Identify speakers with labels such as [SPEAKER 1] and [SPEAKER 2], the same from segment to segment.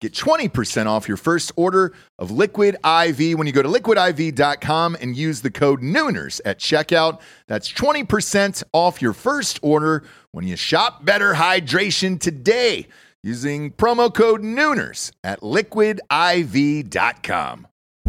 [SPEAKER 1] Get 20% off your first order of Liquid IV when you go to liquidiv.com and use the code Nooners at checkout. That's 20% off your first order when you shop Better Hydration today using promo code Nooners at liquidiv.com.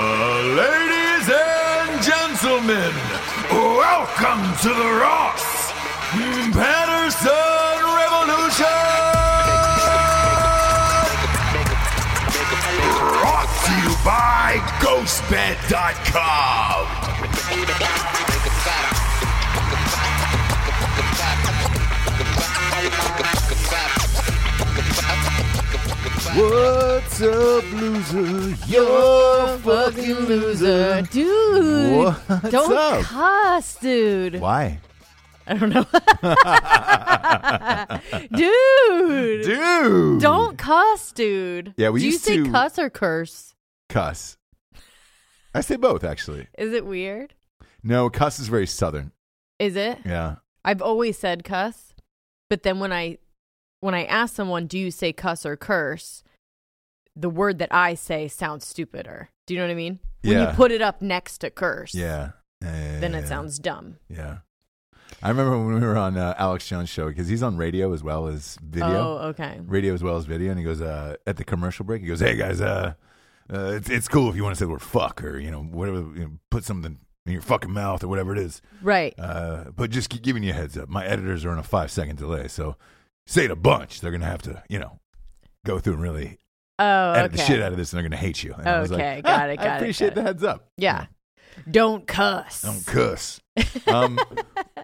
[SPEAKER 1] Ladies and gentlemen, welcome to the Ross Patterson Revolution! Brought to you by GhostBed.com! What's up, loser? You're a
[SPEAKER 2] fucking loser, dude.
[SPEAKER 1] What's
[SPEAKER 2] don't
[SPEAKER 1] up?
[SPEAKER 2] cuss, dude.
[SPEAKER 1] Why?
[SPEAKER 2] I don't know, dude.
[SPEAKER 1] Dude!
[SPEAKER 2] Don't cuss, dude.
[SPEAKER 3] Yeah, we
[SPEAKER 2] Do you
[SPEAKER 3] used
[SPEAKER 2] say
[SPEAKER 3] to-
[SPEAKER 2] cuss or curse?
[SPEAKER 3] Cuss. I say both, actually.
[SPEAKER 2] Is it weird?
[SPEAKER 3] No, cuss is very southern.
[SPEAKER 2] Is it?
[SPEAKER 3] Yeah.
[SPEAKER 2] I've always said cuss, but then when I when I ask someone, "Do you say cuss or curse?" the word that I say sounds stupider. Do you know what I mean? When
[SPEAKER 3] Yeah.
[SPEAKER 2] you put it up next to curse,
[SPEAKER 3] Yeah. Yeah,
[SPEAKER 2] then
[SPEAKER 3] yeah,
[SPEAKER 2] it
[SPEAKER 3] yeah.
[SPEAKER 2] sounds dumb.
[SPEAKER 3] Yeah. I remember when we were on uh, Alex Jones' show because he's on radio as well as video,
[SPEAKER 2] Oh, okay.
[SPEAKER 3] radio as well as video, and he goes uh, at the commercial break. He goes, "Hey guys, uh, uh, it's it's cool if you want to say the word fuck or you know whatever, you know, put something in your fucking mouth or whatever it is."
[SPEAKER 2] Right.
[SPEAKER 3] Uh, but just keep giving you a heads up, my editors are on a five second delay, so say it a bunch. They're gonna have to, you know, go through and really
[SPEAKER 2] Oh, okay.
[SPEAKER 3] Uh, edit the shit out of this, and they're gonna hate you. And I was like,
[SPEAKER 2] Okay, got
[SPEAKER 3] "Ah,
[SPEAKER 2] it, got
[SPEAKER 3] I
[SPEAKER 2] it,
[SPEAKER 3] appreciate
[SPEAKER 2] got
[SPEAKER 3] the
[SPEAKER 2] it."
[SPEAKER 3] heads up.
[SPEAKER 2] Yeah. Don't cuss.
[SPEAKER 3] Don't cuss. um,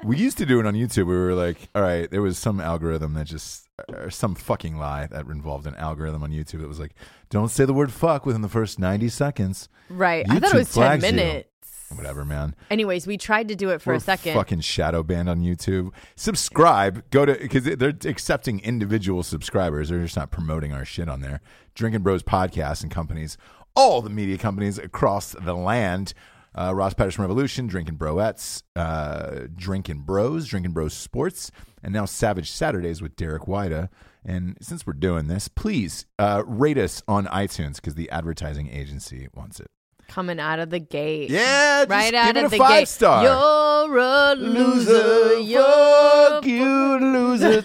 [SPEAKER 3] we used to do it on YouTube. We were like, all right, there was some algorithm that just, or some fucking lie that involved an algorithm on YouTube that was like, don't say the word fuck within the first 90 seconds.
[SPEAKER 2] Right. I thought
[SPEAKER 3] YouTube
[SPEAKER 2] it was 10
[SPEAKER 3] flags you.
[SPEAKER 2] minutes.
[SPEAKER 3] Whatever, man.
[SPEAKER 2] Anyways, we tried to do it for
[SPEAKER 3] We're
[SPEAKER 2] a second.
[SPEAKER 3] Fucking shadow banned on YouTube. Subscribe. Go to, because they're accepting individual subscribers. They're just not promoting our shit on there. Drinking Bros podcasts and companies, all the media companies across the land. Uh, Ross Patterson Revolution, Drinking Broettes, uh, Drinking Bros, Drinking Bros Sports, and now Savage Saturdays with Derek Wyda. And since we're doing this, please uh, rate us on iTunes because the advertising agency wants it.
[SPEAKER 2] Coming out of the gate.
[SPEAKER 3] Yeah, just
[SPEAKER 2] Right
[SPEAKER 3] give
[SPEAKER 2] out
[SPEAKER 3] it
[SPEAKER 2] of
[SPEAKER 3] a
[SPEAKER 2] the
[SPEAKER 3] five
[SPEAKER 2] gate.
[SPEAKER 3] star.
[SPEAKER 2] You're a loser.
[SPEAKER 3] loser.
[SPEAKER 2] You're
[SPEAKER 3] Fuck you, loser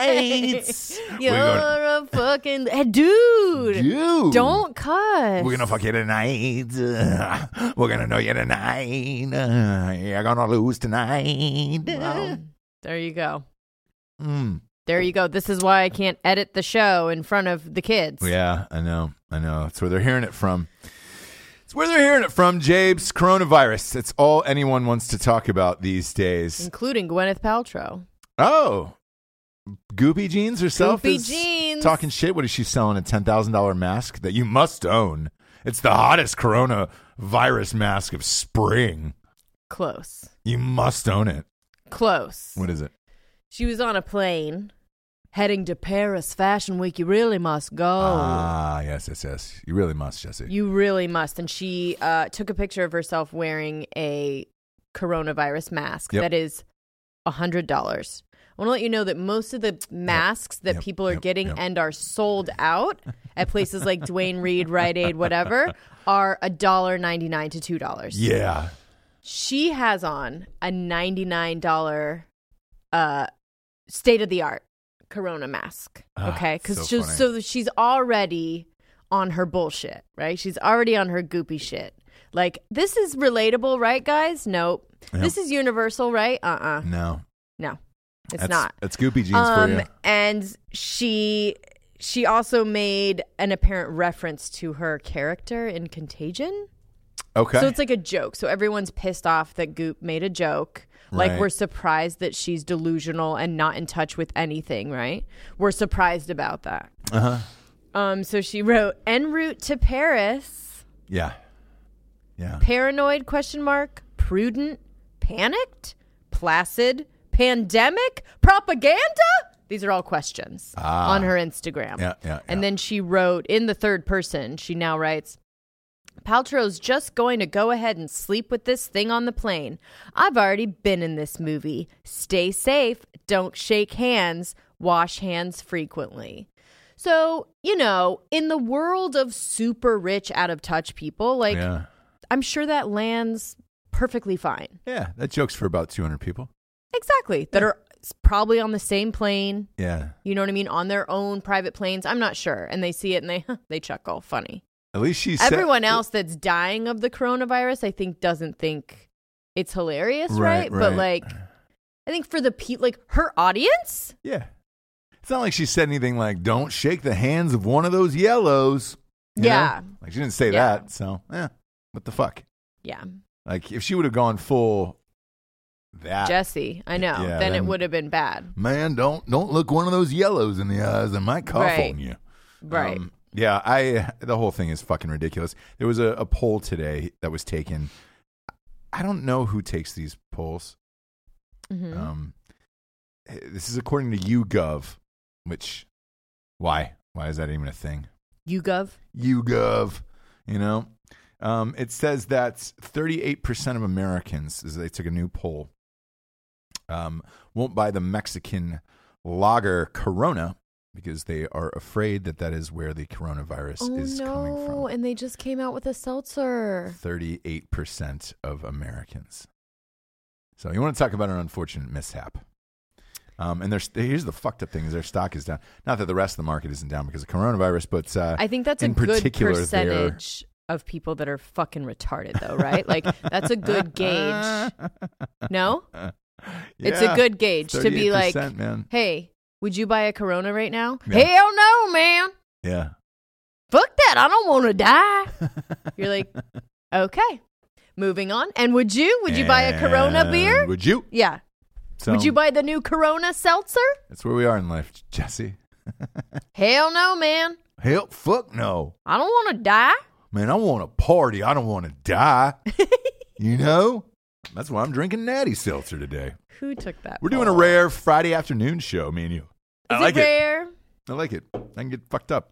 [SPEAKER 3] tonight. We're
[SPEAKER 2] You're
[SPEAKER 3] gonna-
[SPEAKER 2] a fucking Hey, dude.
[SPEAKER 3] Dude.
[SPEAKER 2] Don't cuss.
[SPEAKER 3] We're gonna fuck you tonight. Uh, We're gonna know you tonight. Uh, You're gonna lose tonight.
[SPEAKER 2] Well, there you go.
[SPEAKER 3] Mm.
[SPEAKER 2] There you go. This is why I can't edit the show in front of the kids.
[SPEAKER 3] Yeah, I know. I know. It's where they're hearing it from. It's where they're hearing it from, Jabes. Coronavirus. It's all anyone wants to talk about these days.
[SPEAKER 2] Including Gwyneth Paltrow.
[SPEAKER 3] Oh, Goopy Jeans herself
[SPEAKER 2] Goopy
[SPEAKER 3] is
[SPEAKER 2] Jeans.
[SPEAKER 3] talking shit. What is she selling? A ten thousand dollar mask that you must own. It's the hottest coronavirus mask of spring.
[SPEAKER 2] Close.
[SPEAKER 3] You must own it.
[SPEAKER 2] Close.
[SPEAKER 3] What is it?
[SPEAKER 2] She was on a plane heading to Paris Fashion Week. You really must go.
[SPEAKER 3] Ah, yes, yes, yes. You really must, Jesse.
[SPEAKER 2] Oh. You really must. And she uh, took a picture of herself wearing a coronavirus mask
[SPEAKER 3] Yep.
[SPEAKER 2] that is $100. I want to let you know that most of the masks that
[SPEAKER 3] Yep.
[SPEAKER 2] people are
[SPEAKER 3] Yep.
[SPEAKER 2] getting
[SPEAKER 3] Yep.
[SPEAKER 2] and are sold out at places like Dwayne Reed, Rite Aid, whatever, are $1.99 to $2.
[SPEAKER 3] yeah.
[SPEAKER 2] She has on a $99 uh, state of the art corona mask.
[SPEAKER 3] Ah,
[SPEAKER 2] Okay. Because
[SPEAKER 3] so
[SPEAKER 2] so,
[SPEAKER 3] funny.
[SPEAKER 2] so she's already on her bullshit, right? She's already on her goopy shit. Like, this is relatable, right, guys? Nope.
[SPEAKER 3] Yep.
[SPEAKER 2] This is universal, right? Uh uh
[SPEAKER 3] No.
[SPEAKER 2] No, it's
[SPEAKER 3] that's,
[SPEAKER 2] not.
[SPEAKER 3] That's Goopy Jeans for you.
[SPEAKER 2] Um, and she. She also made an apparent reference to her character in Contagion.
[SPEAKER 3] Okay.
[SPEAKER 2] So it's like a joke. So everyone's pissed off that Goop made a joke.
[SPEAKER 3] Right.
[SPEAKER 2] Like we're surprised that she's delusional and not in touch with anything, right? We're surprised about that.
[SPEAKER 3] uh-huh.
[SPEAKER 2] Um so she wrote en route to Paris,
[SPEAKER 3] Yeah. Yeah.
[SPEAKER 2] paranoid question mark, prudent, panicked, placid, pandemic, propaganda? These are all questions
[SPEAKER 3] Ah.
[SPEAKER 2] on her Instagram.
[SPEAKER 3] Yeah, yeah, yeah.
[SPEAKER 2] And then she wrote in the third person, she now writes, Paltrow's just going to go ahead and sleep with this thing on the plane. I've already been in this movie. Stay safe. Don't shake hands. Wash hands frequently. So, you know, in the world of super rich, out of touch people, like,
[SPEAKER 3] yeah.
[SPEAKER 2] I'm sure that lands perfectly fine.
[SPEAKER 3] Yeah, that joke's for about 200 people.
[SPEAKER 2] Exactly. That are s- probably on the same plane.
[SPEAKER 3] Yeah.
[SPEAKER 2] You know what I mean? On their own private planes. I'm not sure. And they see it and they they chuckle. Funny.
[SPEAKER 3] At least she said
[SPEAKER 2] Everyone else that's dying of the coronavirus, I think, doesn't think it's hilarious,
[SPEAKER 3] Right,
[SPEAKER 2] right? But
[SPEAKER 3] right.
[SPEAKER 2] like, I think for the pe like her audience,
[SPEAKER 3] Yeah. It's not like she said anything like, don't shake the hands of one of those yellows. you know?
[SPEAKER 2] Yeah.
[SPEAKER 3] Like she didn't say
[SPEAKER 2] Yeah.
[SPEAKER 3] that. So, yeah. What the fuck?
[SPEAKER 2] yeah,
[SPEAKER 3] Like if she would have gone full that.
[SPEAKER 2] Jesse, I know.
[SPEAKER 3] Ah. Yeah,
[SPEAKER 2] then it
[SPEAKER 3] then-
[SPEAKER 2] would have been bad,
[SPEAKER 3] Man, don't don't look one of those yellows in the eyes and might cough
[SPEAKER 2] Right.
[SPEAKER 3] on you.
[SPEAKER 2] right?
[SPEAKER 3] Um, yeah, I the whole thing is fucking ridiculous. There was a, a poll today that was taken. I don't know who takes these polls.
[SPEAKER 2] Mhm.
[SPEAKER 3] Um, this is according to YouGov, which why why is that even a thing?
[SPEAKER 2] YouGov,
[SPEAKER 3] YouGov, you know. Um, it says that 38% of Americans, as they took a new poll, um, won't buy the Mexican lager Corona because they are afraid that that is where the coronavirus
[SPEAKER 2] oh
[SPEAKER 3] is coming
[SPEAKER 2] no!
[SPEAKER 3] from.
[SPEAKER 2] And they just came out with a seltzer.
[SPEAKER 3] 38% of Americans. So you want to talk about an unfortunate mishap. Um, and there's, here's the fucked up thing is their stock is down. Not that the rest of the market isn't down because of coronavirus, but uh,
[SPEAKER 2] I think that's a
[SPEAKER 3] in
[SPEAKER 2] good
[SPEAKER 3] particular, they're-
[SPEAKER 2] percentage of people that are fucking retarded, though, right? like that's a good gauge. No, it's a
[SPEAKER 3] Yeah.
[SPEAKER 2] good gauge to be like,
[SPEAKER 3] 38%, man.
[SPEAKER 2] hey, would you buy a Corona right now?
[SPEAKER 3] Yeah.
[SPEAKER 2] Hell no, man.
[SPEAKER 3] Yeah.
[SPEAKER 2] Fuck that. I don't want to die. You're like, okay, moving on. And would you? Would you buy a Corona
[SPEAKER 3] And
[SPEAKER 2] beer?
[SPEAKER 3] Would you?
[SPEAKER 2] Yeah.
[SPEAKER 3] So
[SPEAKER 2] would you buy the new Corona seltzer?
[SPEAKER 3] That's where we are in life, Jesse.
[SPEAKER 2] Hell no, man.
[SPEAKER 3] Hell, fuck no,
[SPEAKER 2] I don't want to die.
[SPEAKER 3] man. I want to party. I don't want to die. you know, that's why I'm drinking Natty Seltzer today.
[SPEAKER 2] Who took that?
[SPEAKER 3] We're doing a
[SPEAKER 2] poll?
[SPEAKER 3] rare Friday afternoon show, me and you.
[SPEAKER 2] Is
[SPEAKER 3] I like
[SPEAKER 2] it rare?
[SPEAKER 3] I like it. I can get fucked up.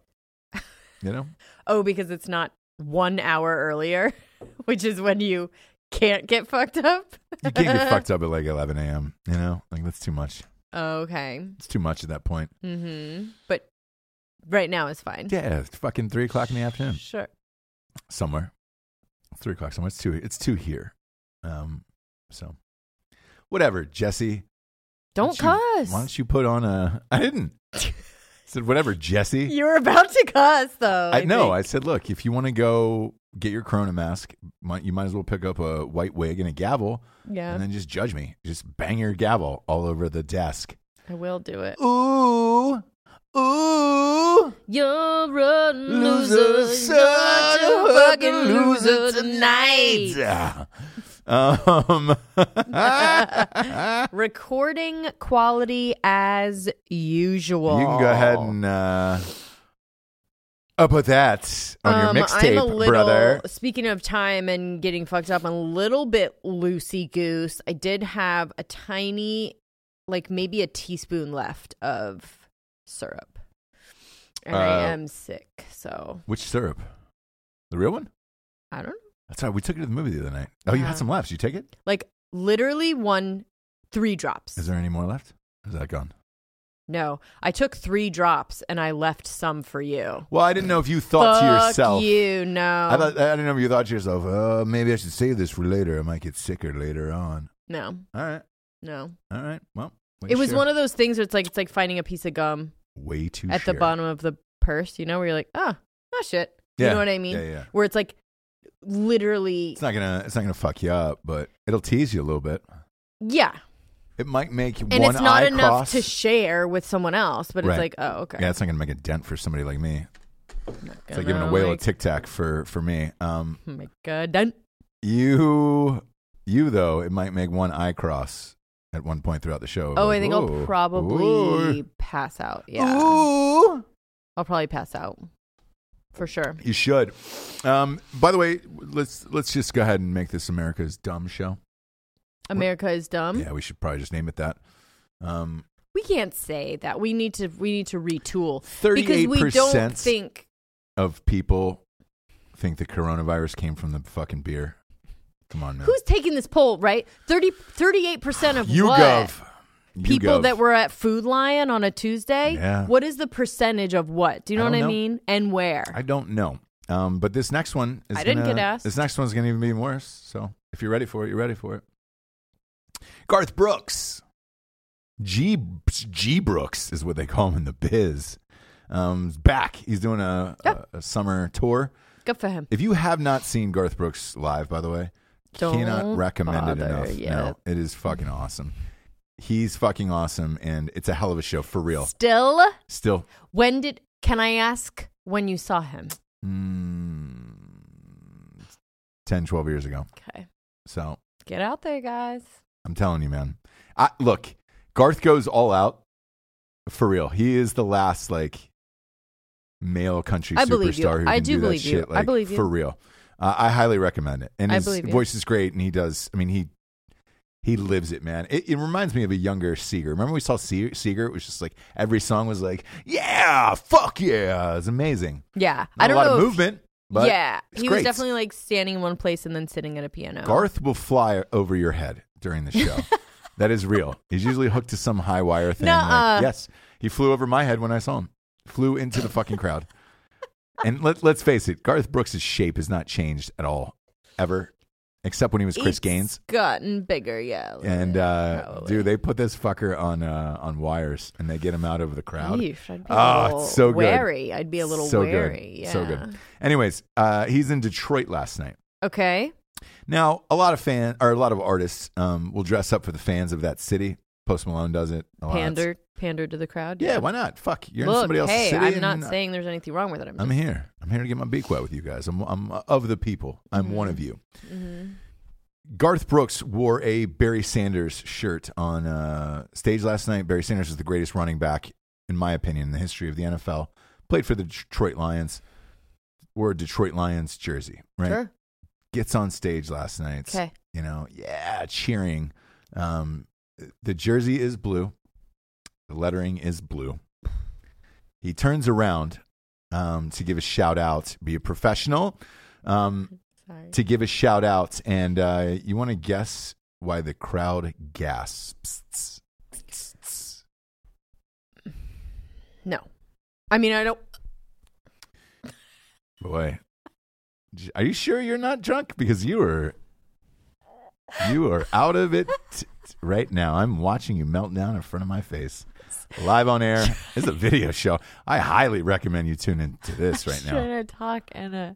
[SPEAKER 3] You know,
[SPEAKER 2] Oh, because it's not one hour earlier, which is when you can't get fucked up.
[SPEAKER 3] you can't get fucked up at like 11 a.m. You know, like that's too much.
[SPEAKER 2] Okay.
[SPEAKER 3] It's too much at that point.
[SPEAKER 2] Mm-hmm. But right now is fine.
[SPEAKER 3] Yeah, it's fucking three o'clock in the afternoon.
[SPEAKER 2] Sure.
[SPEAKER 3] somewhere. Three o'clock somewhere. It's two. It's two here. Um. So, whatever, Jesse.
[SPEAKER 2] Don't
[SPEAKER 3] why don't you-
[SPEAKER 2] cuss.
[SPEAKER 3] Why don't you put on a? I didn't. I said whatever, Jesse.
[SPEAKER 2] You were about to cuss, though.
[SPEAKER 3] I know. I
[SPEAKER 2] think.
[SPEAKER 3] said, look, if you want to go get your Corona mask, might, you might as well pick up a white wig and a gavel,
[SPEAKER 2] yeah,
[SPEAKER 3] and then just judge me. Just bang your gavel all over the desk.
[SPEAKER 2] I will do it.
[SPEAKER 3] Ooh, ooh.
[SPEAKER 2] You're a
[SPEAKER 3] loser,
[SPEAKER 2] loser. You're
[SPEAKER 3] such
[SPEAKER 2] a fucking loser tonight.
[SPEAKER 3] tonight. Um,
[SPEAKER 2] Recording quality as usual.
[SPEAKER 3] You can go ahead and uh, up with that on
[SPEAKER 2] Um,
[SPEAKER 3] your
[SPEAKER 2] I'm a
[SPEAKER 3] mixtape,
[SPEAKER 2] little,
[SPEAKER 3] brother.
[SPEAKER 2] Speaking of time and getting fucked up, I'm a little bit loosey goose. I did have a tiny, like maybe a teaspoon left of syrup, and I
[SPEAKER 3] Uh,
[SPEAKER 2] am sick, so
[SPEAKER 3] Which syrup? The real one?
[SPEAKER 2] I don't know.
[SPEAKER 3] That's right. We took it to the movie the other night. Oh, you
[SPEAKER 2] Yeah.
[SPEAKER 3] had some left. You take it?
[SPEAKER 2] Like literally one, three drops.
[SPEAKER 3] Is there any more left? Is that gone?
[SPEAKER 2] no, I took three drops and I left some for you.
[SPEAKER 3] Well, I didn't know if you thought
[SPEAKER 2] Fuck
[SPEAKER 3] to yourself.
[SPEAKER 2] you no,
[SPEAKER 3] I, thought, I didn't know if you thought to yourself, uh, maybe I should save this for later. I might get sicker later on.
[SPEAKER 2] no,
[SPEAKER 3] All right.
[SPEAKER 2] no.
[SPEAKER 3] All right. Well, way
[SPEAKER 2] It
[SPEAKER 3] to
[SPEAKER 2] was
[SPEAKER 3] share.
[SPEAKER 2] one of those things where it's like it's like finding a piece of gum.
[SPEAKER 3] way too
[SPEAKER 2] at the bottom of the purse, you know, where you're like, oh, oh shit. You
[SPEAKER 3] Yeah.
[SPEAKER 2] know what I mean?
[SPEAKER 3] Yeah, yeah.
[SPEAKER 2] Where it's like literally,
[SPEAKER 3] It's not gonna. It's not gonna fuck you up, but it'll tease you a little bit.
[SPEAKER 2] yeah.
[SPEAKER 3] It might make
[SPEAKER 2] And
[SPEAKER 3] one
[SPEAKER 2] it's not
[SPEAKER 3] eye
[SPEAKER 2] enough
[SPEAKER 3] cross.
[SPEAKER 2] to share with someone else, but
[SPEAKER 3] Right.
[SPEAKER 2] it's like, oh, okay.
[SPEAKER 3] Yeah, it's not gonna make a dent for somebody like me. It's like
[SPEAKER 2] Gonna
[SPEAKER 3] giving a whale a
[SPEAKER 2] make-
[SPEAKER 3] tic tac for for me. Um,
[SPEAKER 2] Make a dent.
[SPEAKER 3] you you though, it might make one eye cross at one point throughout the show.
[SPEAKER 2] Oh, I
[SPEAKER 3] Like,
[SPEAKER 2] think
[SPEAKER 3] "Ooh,
[SPEAKER 2] I'll probably
[SPEAKER 3] ooh,
[SPEAKER 2] pass out. Yeah.
[SPEAKER 3] Oh. ooh."
[SPEAKER 2] I'll probably pass out for sure.
[SPEAKER 3] You should. Um, by the way, let's let's just go ahead and make this America's dumb show.
[SPEAKER 2] America is dumb.
[SPEAKER 3] Yeah, we should probably just name it that. Um,
[SPEAKER 2] We can't say that. We need to. We need to retool because we don't
[SPEAKER 3] 38%
[SPEAKER 2] think.
[SPEAKER 3] of people think the coronavirus came from the fucking beer. Come on, man.
[SPEAKER 2] Who's taking this poll? Right, 30, 38 percent of
[SPEAKER 3] you
[SPEAKER 2] what?
[SPEAKER 3] gov?
[SPEAKER 2] people that were at Food Lion on a Tuesday?
[SPEAKER 3] Yeah.
[SPEAKER 2] What is the percentage of what? Do you know
[SPEAKER 3] I
[SPEAKER 2] what
[SPEAKER 3] don't
[SPEAKER 2] I
[SPEAKER 3] know.
[SPEAKER 2] mean? And where?
[SPEAKER 3] I don't know. Um, but this next one is
[SPEAKER 2] I didn't
[SPEAKER 3] gonna-
[SPEAKER 2] get asked.
[SPEAKER 3] This next one's gonna even be worse. So if you're ready for it, you're ready for it. Garth Brooks, G G Brooks is what they call him in the biz. Um, is back. He's doing a,
[SPEAKER 2] Yeah.
[SPEAKER 3] a, a summer tour.
[SPEAKER 2] Good for him.
[SPEAKER 3] If you have not seen Garth Brooks live, by the way,
[SPEAKER 2] Don't
[SPEAKER 3] cannot recommend it
[SPEAKER 2] bother
[SPEAKER 3] enough.
[SPEAKER 2] yet.
[SPEAKER 3] No, it is fucking awesome. He's fucking awesome, and it's a hell of a show for real.
[SPEAKER 2] Still,
[SPEAKER 3] Still,
[SPEAKER 2] when did, can I ask when you saw him?
[SPEAKER 3] mm, 10, 12 years ago.
[SPEAKER 2] Okay.
[SPEAKER 3] So
[SPEAKER 2] Get out there, guys.
[SPEAKER 3] I'm telling you, man. I, look, Garth goes all out for real. He is the last like male country
[SPEAKER 2] I believe you.
[SPEAKER 3] superstar who
[SPEAKER 2] I
[SPEAKER 3] can
[SPEAKER 2] do
[SPEAKER 3] do, that
[SPEAKER 2] believe you.
[SPEAKER 3] shit.
[SPEAKER 2] I
[SPEAKER 3] Like,
[SPEAKER 2] believe you.
[SPEAKER 3] for real. Uh, I highly recommend it, and
[SPEAKER 2] I
[SPEAKER 3] his
[SPEAKER 2] believe you.
[SPEAKER 3] voice is great, and he does. I mean, he he lives it, man. It, it reminds me of a younger Seeger. Remember we saw Se- Seeger? It was just like every song was like, "Yeah, fuck yeah!" It's amazing.
[SPEAKER 2] Yeah.
[SPEAKER 3] Not
[SPEAKER 2] I don't
[SPEAKER 3] a lot
[SPEAKER 2] know.
[SPEAKER 3] of
[SPEAKER 2] if-
[SPEAKER 3] movement, but
[SPEAKER 2] yeah.
[SPEAKER 3] it's
[SPEAKER 2] He was
[SPEAKER 3] great.
[SPEAKER 2] definitely like standing in one place and then sitting at a piano.
[SPEAKER 3] Garth will fly over your head during the show. that is real. He's usually hooked to some high wire thing. like-
[SPEAKER 2] Nuh-uh.
[SPEAKER 3] yes, he flew over my head when I saw him. Flew into the fucking crowd. And let, let's face it, Garth Brooks' shape has not changed at all, ever, except when he was Chris
[SPEAKER 2] It's
[SPEAKER 3] Gaines.
[SPEAKER 2] Gotten bigger, yeah.
[SPEAKER 3] And uh,
[SPEAKER 2] Probably.
[SPEAKER 3] dude, they put this fucker on uh, on wires and they get him out of the crowd.
[SPEAKER 2] Yeesh, I'd be
[SPEAKER 3] Oh,
[SPEAKER 2] a
[SPEAKER 3] it's
[SPEAKER 2] little
[SPEAKER 3] so good.
[SPEAKER 2] wary. I'd be a little
[SPEAKER 3] so
[SPEAKER 2] wary.
[SPEAKER 3] good,
[SPEAKER 2] Yeah.
[SPEAKER 3] so good. Anyways, uh, he's in Detroit last night.
[SPEAKER 2] Okay.
[SPEAKER 3] Now, a lot of fan or a lot of artists um, will dress up for the fans of that city. Post Malone does it. A lot.
[SPEAKER 2] Pander, pander to the crowd.
[SPEAKER 3] Oh, Yeah, why not? Fuck, you're
[SPEAKER 2] Look,
[SPEAKER 3] in somebody else's
[SPEAKER 2] hey,
[SPEAKER 3] city.
[SPEAKER 2] I'm
[SPEAKER 3] and uh,
[SPEAKER 2] not saying there's anything wrong with it. I'm,
[SPEAKER 3] I'm
[SPEAKER 2] just-
[SPEAKER 3] here. I'm here to get my beak wet with you guys. I'm I'm of the people. I'm one
[SPEAKER 2] Mm-hmm.
[SPEAKER 3] of you. Garth Brooks wore a Barry Sanders shirt on uh, stage last night. Barry Sanders is the greatest running back, in my opinion, in the history of the NFL. Played for the Detroit Lions. Wore a Detroit Lions jersey. Right
[SPEAKER 2] Sure.
[SPEAKER 3] gets on stage last night.
[SPEAKER 2] Okay.
[SPEAKER 3] You know, yeah, cheering. Um, the jersey is blue. The lettering is blue. He turns around um, to give a shout out, be a professional, um,
[SPEAKER 2] Sorry.
[SPEAKER 3] to give a shout out. And uh, you want to guess why the crowd gasps.
[SPEAKER 2] No. I mean, I don't.
[SPEAKER 3] Boy, J- are you sure you're not drunk? Because you are, you are out of it t- t- right now. I'm watching you melt down in front of my face, live on air. This is a video show. I highly recommend you tune into this right now.
[SPEAKER 2] Should I talk and a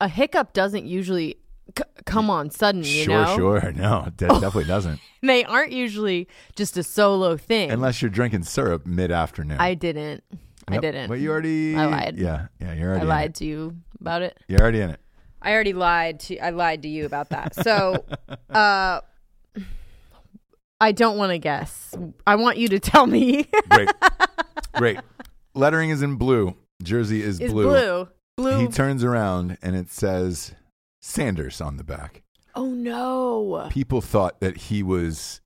[SPEAKER 2] a hiccup doesn't usually c- come on sudden. You
[SPEAKER 3] sure,
[SPEAKER 2] know? Oh.
[SPEAKER 3] sure. No, it de- definitely doesn't.
[SPEAKER 2] They aren't usually just a solo thing.
[SPEAKER 3] Unless you're drinking syrup mid afternoon.
[SPEAKER 2] I didn't. I didn't.
[SPEAKER 3] But you already.
[SPEAKER 2] I lied.
[SPEAKER 3] Yeah, yeah. You're
[SPEAKER 2] I
[SPEAKER 3] already. in it.
[SPEAKER 2] lied to you about it.
[SPEAKER 3] You're already in it.
[SPEAKER 2] I already lied to I lied to you about that. So uh I don't want to guess. I want you to tell me
[SPEAKER 3] Great. Great. Lettering is in blue. Jersey is,
[SPEAKER 2] is blue. Blue.
[SPEAKER 3] He turns around and it says Sanders on the back.
[SPEAKER 2] oh no.
[SPEAKER 3] People thought that he was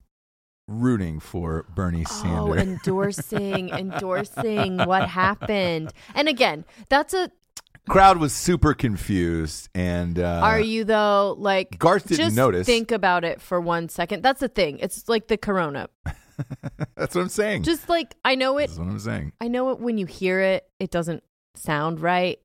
[SPEAKER 3] rooting for Bernie
[SPEAKER 2] Oh,
[SPEAKER 3] Sanders.
[SPEAKER 2] endorsing, endorsing what happened. And again, that's a
[SPEAKER 3] Crowd was super confused and uh,
[SPEAKER 2] Are you though? Like
[SPEAKER 3] Garth didn't
[SPEAKER 2] just
[SPEAKER 3] notice.
[SPEAKER 2] Think about it for one second. That's the thing. It's like the corona.
[SPEAKER 3] That's what I'm saying.
[SPEAKER 2] Just like I know it.
[SPEAKER 3] That's what I'm saying.
[SPEAKER 2] I know it when you hear it. It doesn't sound right.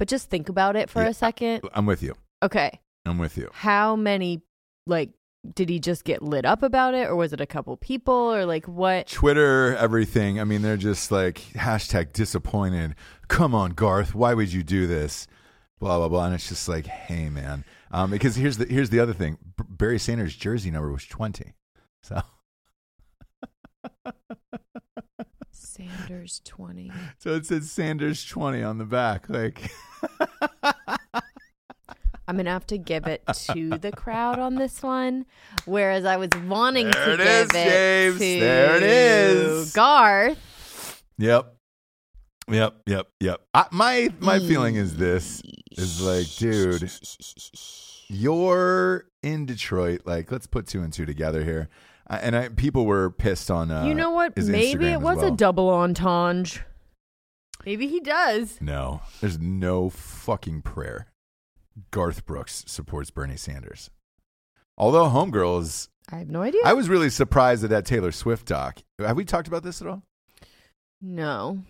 [SPEAKER 2] But just think about it for
[SPEAKER 3] Yeah.
[SPEAKER 2] a second.
[SPEAKER 3] I'm with you.
[SPEAKER 2] Okay.
[SPEAKER 3] I'm with you.
[SPEAKER 2] How many? Like, did he just get lit up about it, or was it a couple people, or like what?
[SPEAKER 3] Twitter, everything. I mean, they're just like hashtag disappointed. Come on, Garth, why would you do this? Blah blah blah. And it's just like, hey man, um, because here's the here's the other thing. B- Barry Sanders' jersey number was twenty, so
[SPEAKER 2] Sanders twenty.
[SPEAKER 3] so it said Sanders twenty on the back. Like,
[SPEAKER 2] I'm gonna have to give it to the crowd on this one, whereas I was wanting
[SPEAKER 3] There
[SPEAKER 2] to
[SPEAKER 3] it
[SPEAKER 2] give
[SPEAKER 3] is,
[SPEAKER 2] it
[SPEAKER 3] James.
[SPEAKER 2] to
[SPEAKER 3] There it is.
[SPEAKER 2] Garth.
[SPEAKER 3] yep, yep, yep, yep. I, my my feeling is this is like, dude, you're in Detroit. Like, let's put two and two together here. I, and I, people were pissed on. Uh,
[SPEAKER 2] you know what?
[SPEAKER 3] his
[SPEAKER 2] Maybe
[SPEAKER 3] Instagram
[SPEAKER 2] it
[SPEAKER 3] as
[SPEAKER 2] was
[SPEAKER 3] well.
[SPEAKER 2] a double entendre. Maybe he does.
[SPEAKER 3] No, there's no fucking prayer. Garth Brooks supports Bernie Sanders. Although Homegirl is,
[SPEAKER 2] I have no idea.
[SPEAKER 3] I was really surprised at that Taylor Swift doc. Have we talked about this at all?
[SPEAKER 2] no.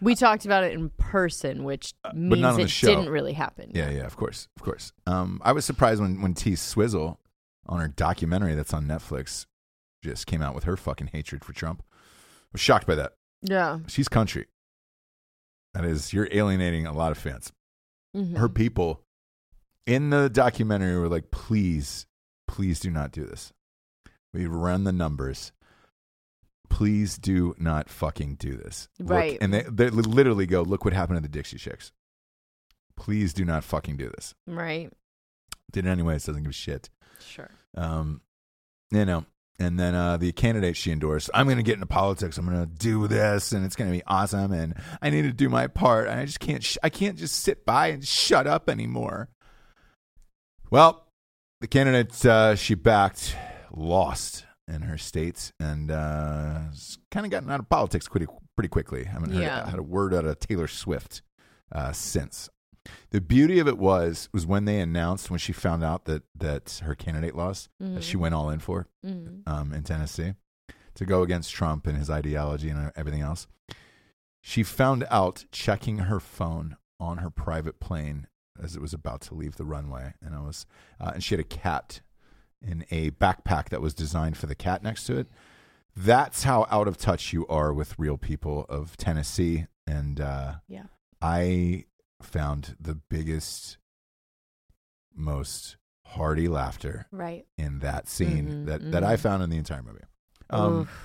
[SPEAKER 2] We talked about it in person, which
[SPEAKER 3] Uh, but not
[SPEAKER 2] means
[SPEAKER 3] on the
[SPEAKER 2] it
[SPEAKER 3] show.
[SPEAKER 2] didn't really happen.
[SPEAKER 3] Yeah, yeah, of course, of course. Um, I was surprised when when T Swizzle on her documentary that's on Netflix just came out with her fucking hatred for Trump. I was shocked by that.
[SPEAKER 2] Yeah.
[SPEAKER 3] She's country. That is, you're alienating a lot of fans.
[SPEAKER 2] Mhm.
[SPEAKER 3] Her people in the documentary were like, please, please do not do this. We ran the numbers. Please do not fucking do this. Look-
[SPEAKER 2] Right.
[SPEAKER 3] and they, they literally go, look what happened to the Dixie Chicks. Please do not fucking do this.
[SPEAKER 2] Right.
[SPEAKER 3] Did it anyways, doesn't give a shit.
[SPEAKER 2] Sure.
[SPEAKER 3] Um, you know, and then uh, the candidate she endorsed, I'm going to get into politics. I'm going to do this, and it's going to be awesome. And I need to do my part. And I just can't. Sh- I can't just sit by and shut up anymore. Well, the candidate uh, she backed lost in her state, and uh, kind of gotten out of politics pretty pretty quickly. I haven't heard
[SPEAKER 2] Yeah.
[SPEAKER 3] had a word out of Taylor Swift uh, since. The beauty of it was was when they announced when she found out that that her candidate lost that she went all in for
[SPEAKER 2] Mhm.
[SPEAKER 3] um, in Tennessee to go against Trump and his ideology and everything else. She found out checking her phone on her private plane as it was about to leave the runway, and I was, uh, and she had a cat in a backpack that was designed for the cat next to it. That's how out of touch you are with real people of Tennessee, and uh,
[SPEAKER 2] Yeah.
[SPEAKER 3] I found the biggest, most hearty laughter
[SPEAKER 2] Right.
[SPEAKER 3] in that scene
[SPEAKER 2] Mhm,
[SPEAKER 3] that, that I
[SPEAKER 2] mhm.
[SPEAKER 3] found in the entire movie. Um,
[SPEAKER 2] Oof.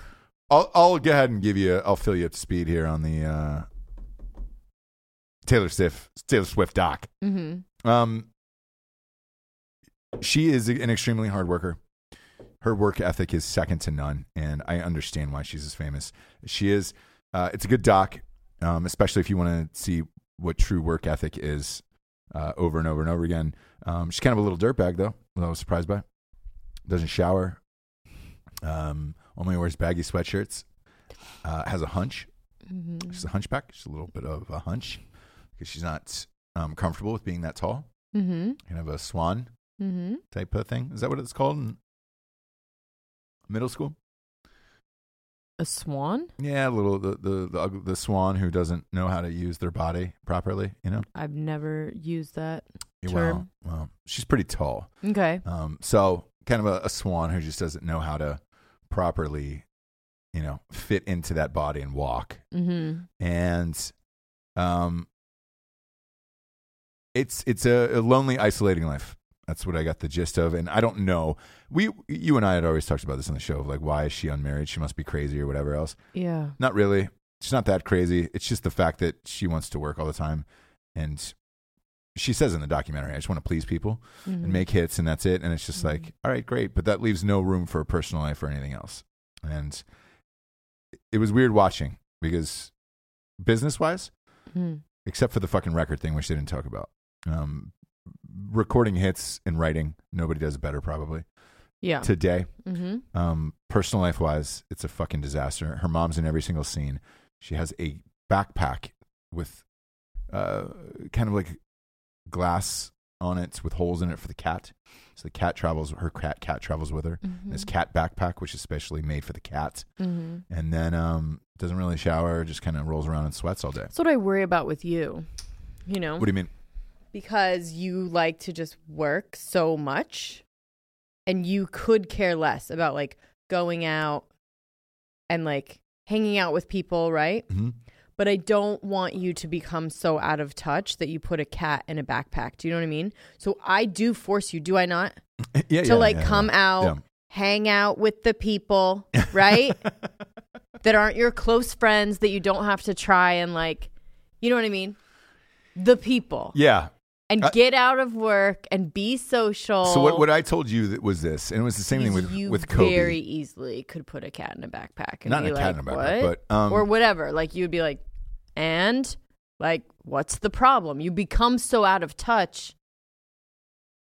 [SPEAKER 3] I'll I'll go ahead and give you I'll fill you up to speed here on the uh, Taylor Swift Taylor Swift doc.
[SPEAKER 2] Mhm.
[SPEAKER 3] Um, she is an extremely hard worker. Her work ethic is second to none, and I understand why she's as famous. She is. Uh, it's a good doc, um, especially if you want to see what true work ethic is uh, over and over and over again. Um, she's kind of a little dirtbag, though. That I was surprised by. Doesn't shower. Um, only wears baggy sweatshirts. Uh, has a hunch.
[SPEAKER 2] Mhm.
[SPEAKER 3] She's a hunchback. She's a little bit of a hunch because she's not um, comfortable with being that tall
[SPEAKER 2] Mhm.
[SPEAKER 3] kind of a swan
[SPEAKER 2] Mhm.
[SPEAKER 3] type of thing. Is that what it's called in middle school?
[SPEAKER 2] A swan?
[SPEAKER 3] Yeah, a little the the the, ug- the swan who doesn't know how to use their body properly. You know,
[SPEAKER 2] I've never used that.
[SPEAKER 3] well,
[SPEAKER 2] Term.
[SPEAKER 3] well, she's pretty tall,
[SPEAKER 2] Okay.
[SPEAKER 3] um, so kind of a, a swan who just doesn't know how to properly, you know, fit into that body and walk.
[SPEAKER 2] Mhm.
[SPEAKER 3] and um it's it's a, a lonely isolating life that's what i got the gist of and i don't know we you and i had always talked about this on the show of like why is she unmarried she must be crazy or whatever else
[SPEAKER 2] Yeah.
[SPEAKER 3] not really she's not that crazy it's just the fact that she wants to work all the time and she says in the documentary, I just want to please people
[SPEAKER 2] Mm-hmm. Mm.
[SPEAKER 3] and make hits, and that's it. And it's just like, all right, great, but that leaves no room for personal life or anything else. And it was weird watching because business wise,
[SPEAKER 2] Hmm.
[SPEAKER 3] except for the fucking record thing, which they didn't talk about. Um, recording hits and writing, nobody does it better probably
[SPEAKER 4] Yeah.
[SPEAKER 3] today.
[SPEAKER 2] Mm-hmm.
[SPEAKER 3] Um, personal life wise, it's a fucking disaster. Her mom's in every single scene. She has a backpack with uh, kind of like glass on it with holes in it for the cat. So the cat travels. Her cat cat travels with her. This cat backpack, which is specially made for the cat,
[SPEAKER 2] Mm-hmm.
[SPEAKER 3] and then um, doesn't really shower. Just kind of rolls around and sweats all day.
[SPEAKER 2] That's what I worry about with you. You know,
[SPEAKER 3] What do you mean?
[SPEAKER 2] because you like to just work so much and you could care less about like going out and like hanging out with people, right?
[SPEAKER 3] hmm
[SPEAKER 2] But I don't want you to become so out of touch that you put a cat in a backpack. Do you know what I mean? So I do force you, do I not?
[SPEAKER 3] yeah,
[SPEAKER 2] to
[SPEAKER 3] yeah,
[SPEAKER 2] like
[SPEAKER 3] yeah,
[SPEAKER 2] come
[SPEAKER 3] yeah.
[SPEAKER 2] out,
[SPEAKER 3] Yeah.
[SPEAKER 2] hang out with the people, right? that aren't your close friends that you don't have to try and like, you know what I mean? The people.
[SPEAKER 3] Yeah.
[SPEAKER 2] And
[SPEAKER 3] I-
[SPEAKER 2] get out of work and be social.
[SPEAKER 3] So what, what I told you that was this, and it was the same thing with
[SPEAKER 2] you
[SPEAKER 3] with Kobe.
[SPEAKER 2] very easily could put a cat in a backpack and
[SPEAKER 3] Not
[SPEAKER 2] be
[SPEAKER 3] a
[SPEAKER 2] like,
[SPEAKER 3] cat in a backpack,
[SPEAKER 2] what?
[SPEAKER 3] but, um,
[SPEAKER 2] or whatever. Like you'd be like, and like, what's the problem? You become so out of touch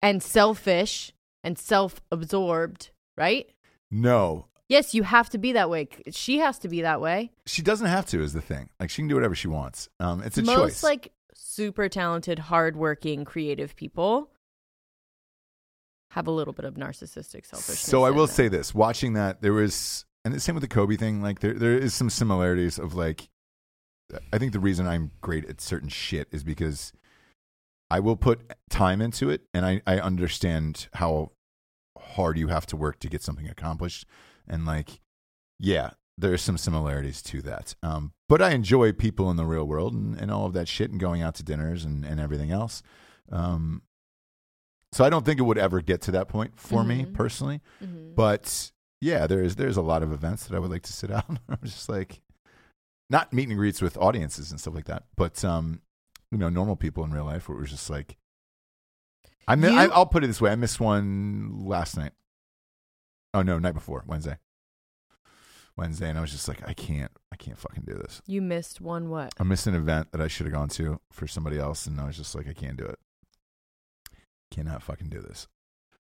[SPEAKER 2] and selfish and self-absorbed, right?
[SPEAKER 3] no,
[SPEAKER 2] Yes, you have to be that way. C- She has to be that way.
[SPEAKER 3] she doesn't have to. Is the thing like she can do whatever she wants. Um, it's a
[SPEAKER 2] Most
[SPEAKER 3] choice.
[SPEAKER 2] like super talented, hardworking, creative people have a little bit of narcissistic selfishness.
[SPEAKER 3] so I
[SPEAKER 2] in
[SPEAKER 3] will
[SPEAKER 2] them.
[SPEAKER 3] say this: watching that, there was, and the same with the Kobe thing. Like there, there is some similarities of like, I think the reason I'm great at certain shit is because I will put time into it, and I I understand how hard you have to work to get something accomplished, and like, yeah. There's some similarities to that, um, but I enjoy people in the real world and, and all of that shit, and going out to dinners and, and everything else. Um, so I don't think it would ever get to that point for me personally. But yeah, there's there's a lot of events that I would like to sit out. I'm just like not meet and greets with audiences and stuff like that, but um, you know, normal people in real life where it was just like I, mi-
[SPEAKER 2] You-
[SPEAKER 3] I I'll put it this way: I missed one last night. Oh no, night before Wednesday. Wednesday, and I was just like, I can't, I can't fucking do this.
[SPEAKER 2] you missed one. What?
[SPEAKER 3] I missed an event that I should have gone to for somebody else, and I was just like, I can't do it. Cannot fucking do this.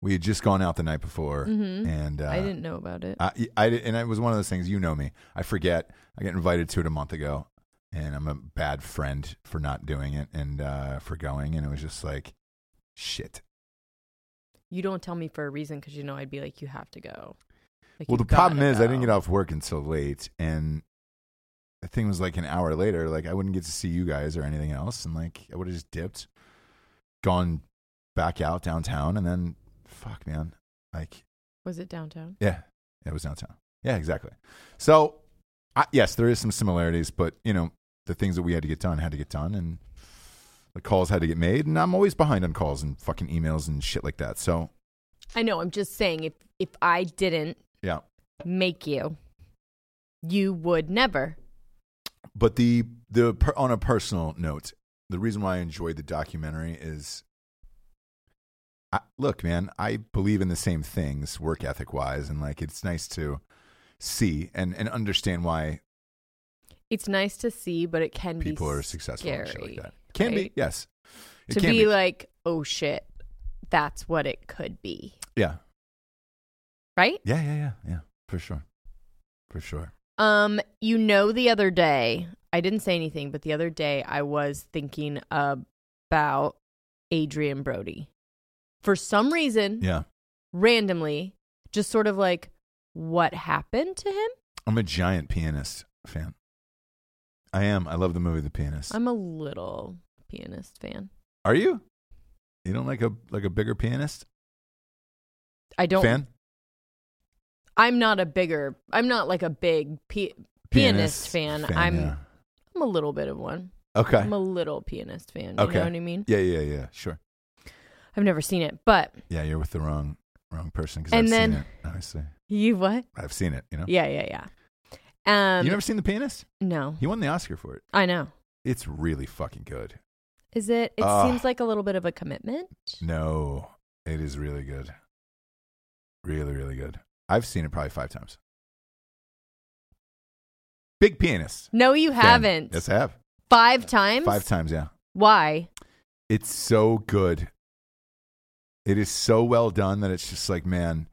[SPEAKER 3] We had just gone out the night before,
[SPEAKER 2] Mhm.
[SPEAKER 3] and uh,
[SPEAKER 2] I didn't know about it.
[SPEAKER 3] I, I did- and it was one of those things. You know me. I forget. I got invited to it a month ago, and I'm a bad friend for not doing it and uh, for going. And it was just like, shit.
[SPEAKER 2] you don't tell me for a reason because you know I'd be like, you have to go. Like,
[SPEAKER 3] well, the
[SPEAKER 2] you've
[SPEAKER 3] problem
[SPEAKER 2] gotta
[SPEAKER 3] is I didn't
[SPEAKER 2] go.
[SPEAKER 3] get off work until late, and the thing was like an hour later. Like I wouldn't get to see you guys or anything else, and like I would have just dipped, gone back out downtown, and then fuck, man, like
[SPEAKER 2] Was it downtown?
[SPEAKER 3] yeah, it was downtown. Yeah, exactly. So I, yes, there is some similarities, but you know the things that we had to get done had to get done, and the calls had to get made, and I'm always behind on calls and fucking emails and shit like that. So
[SPEAKER 2] I know. I'm just saying if if I didn't
[SPEAKER 3] yeah.
[SPEAKER 2] make you, you would never.
[SPEAKER 3] but the the per, on a personal note, the reason why I enjoyed the documentary is, I, look, man, I believe in the same things, work ethic wise, and like it's nice to see and and understand why
[SPEAKER 2] It's nice to see, but it can be
[SPEAKER 3] people are successful and shit
[SPEAKER 2] scary,
[SPEAKER 3] like that. Can be,
[SPEAKER 2] right?
[SPEAKER 3] yes, it
[SPEAKER 2] to
[SPEAKER 3] can
[SPEAKER 2] be, like, oh shit, that's what it could be,
[SPEAKER 3] yeah,
[SPEAKER 2] right?
[SPEAKER 3] yeah, yeah, yeah, yeah, for sure, for sure.
[SPEAKER 2] Um, you know, the other day I didn't say anything, but the other day I was thinking about Adrian Brody. For some reason,
[SPEAKER 3] Yeah,
[SPEAKER 2] randomly, just sort of like what happened to him.
[SPEAKER 3] I'm a giant pianist fan. I am. I love the movie The Pianist.
[SPEAKER 2] I'm a little pianist fan.
[SPEAKER 3] Are you? You don't like a like a bigger pianist
[SPEAKER 2] I don't.
[SPEAKER 3] fan?
[SPEAKER 2] I'm not a bigger. I'm not like a big pi- pianist, fan. I'm.
[SPEAKER 3] yeah.
[SPEAKER 2] I'm a little bit of one.
[SPEAKER 3] okay.
[SPEAKER 2] I'm a little pianist fan. You
[SPEAKER 3] okay.
[SPEAKER 2] know what I mean?
[SPEAKER 3] Yeah, yeah, yeah. Sure.
[SPEAKER 2] I've never seen it, but
[SPEAKER 3] Yeah, you're with the wrong wrong person because
[SPEAKER 2] And
[SPEAKER 3] I've
[SPEAKER 2] then-
[SPEAKER 3] seen it. Obviously,
[SPEAKER 2] you what?
[SPEAKER 3] I've seen it. You know.
[SPEAKER 2] Yeah, yeah, yeah. Um,
[SPEAKER 3] you never seen The Pianist?
[SPEAKER 2] no,
[SPEAKER 3] He won the Oscar for it.
[SPEAKER 2] I know.
[SPEAKER 3] It's really fucking good.
[SPEAKER 2] Is it? It
[SPEAKER 3] Ah.
[SPEAKER 2] seems like a little bit of a commitment.
[SPEAKER 3] No, it is really good. Really, really good. I've seen it probably five times. Big pianist.
[SPEAKER 2] No, you
[SPEAKER 3] Dan.
[SPEAKER 2] haven't.
[SPEAKER 3] Yes, I have.
[SPEAKER 2] Five times.
[SPEAKER 3] Five times, yeah.
[SPEAKER 2] Why?
[SPEAKER 3] It's so good. It is so well done that it's just like, man,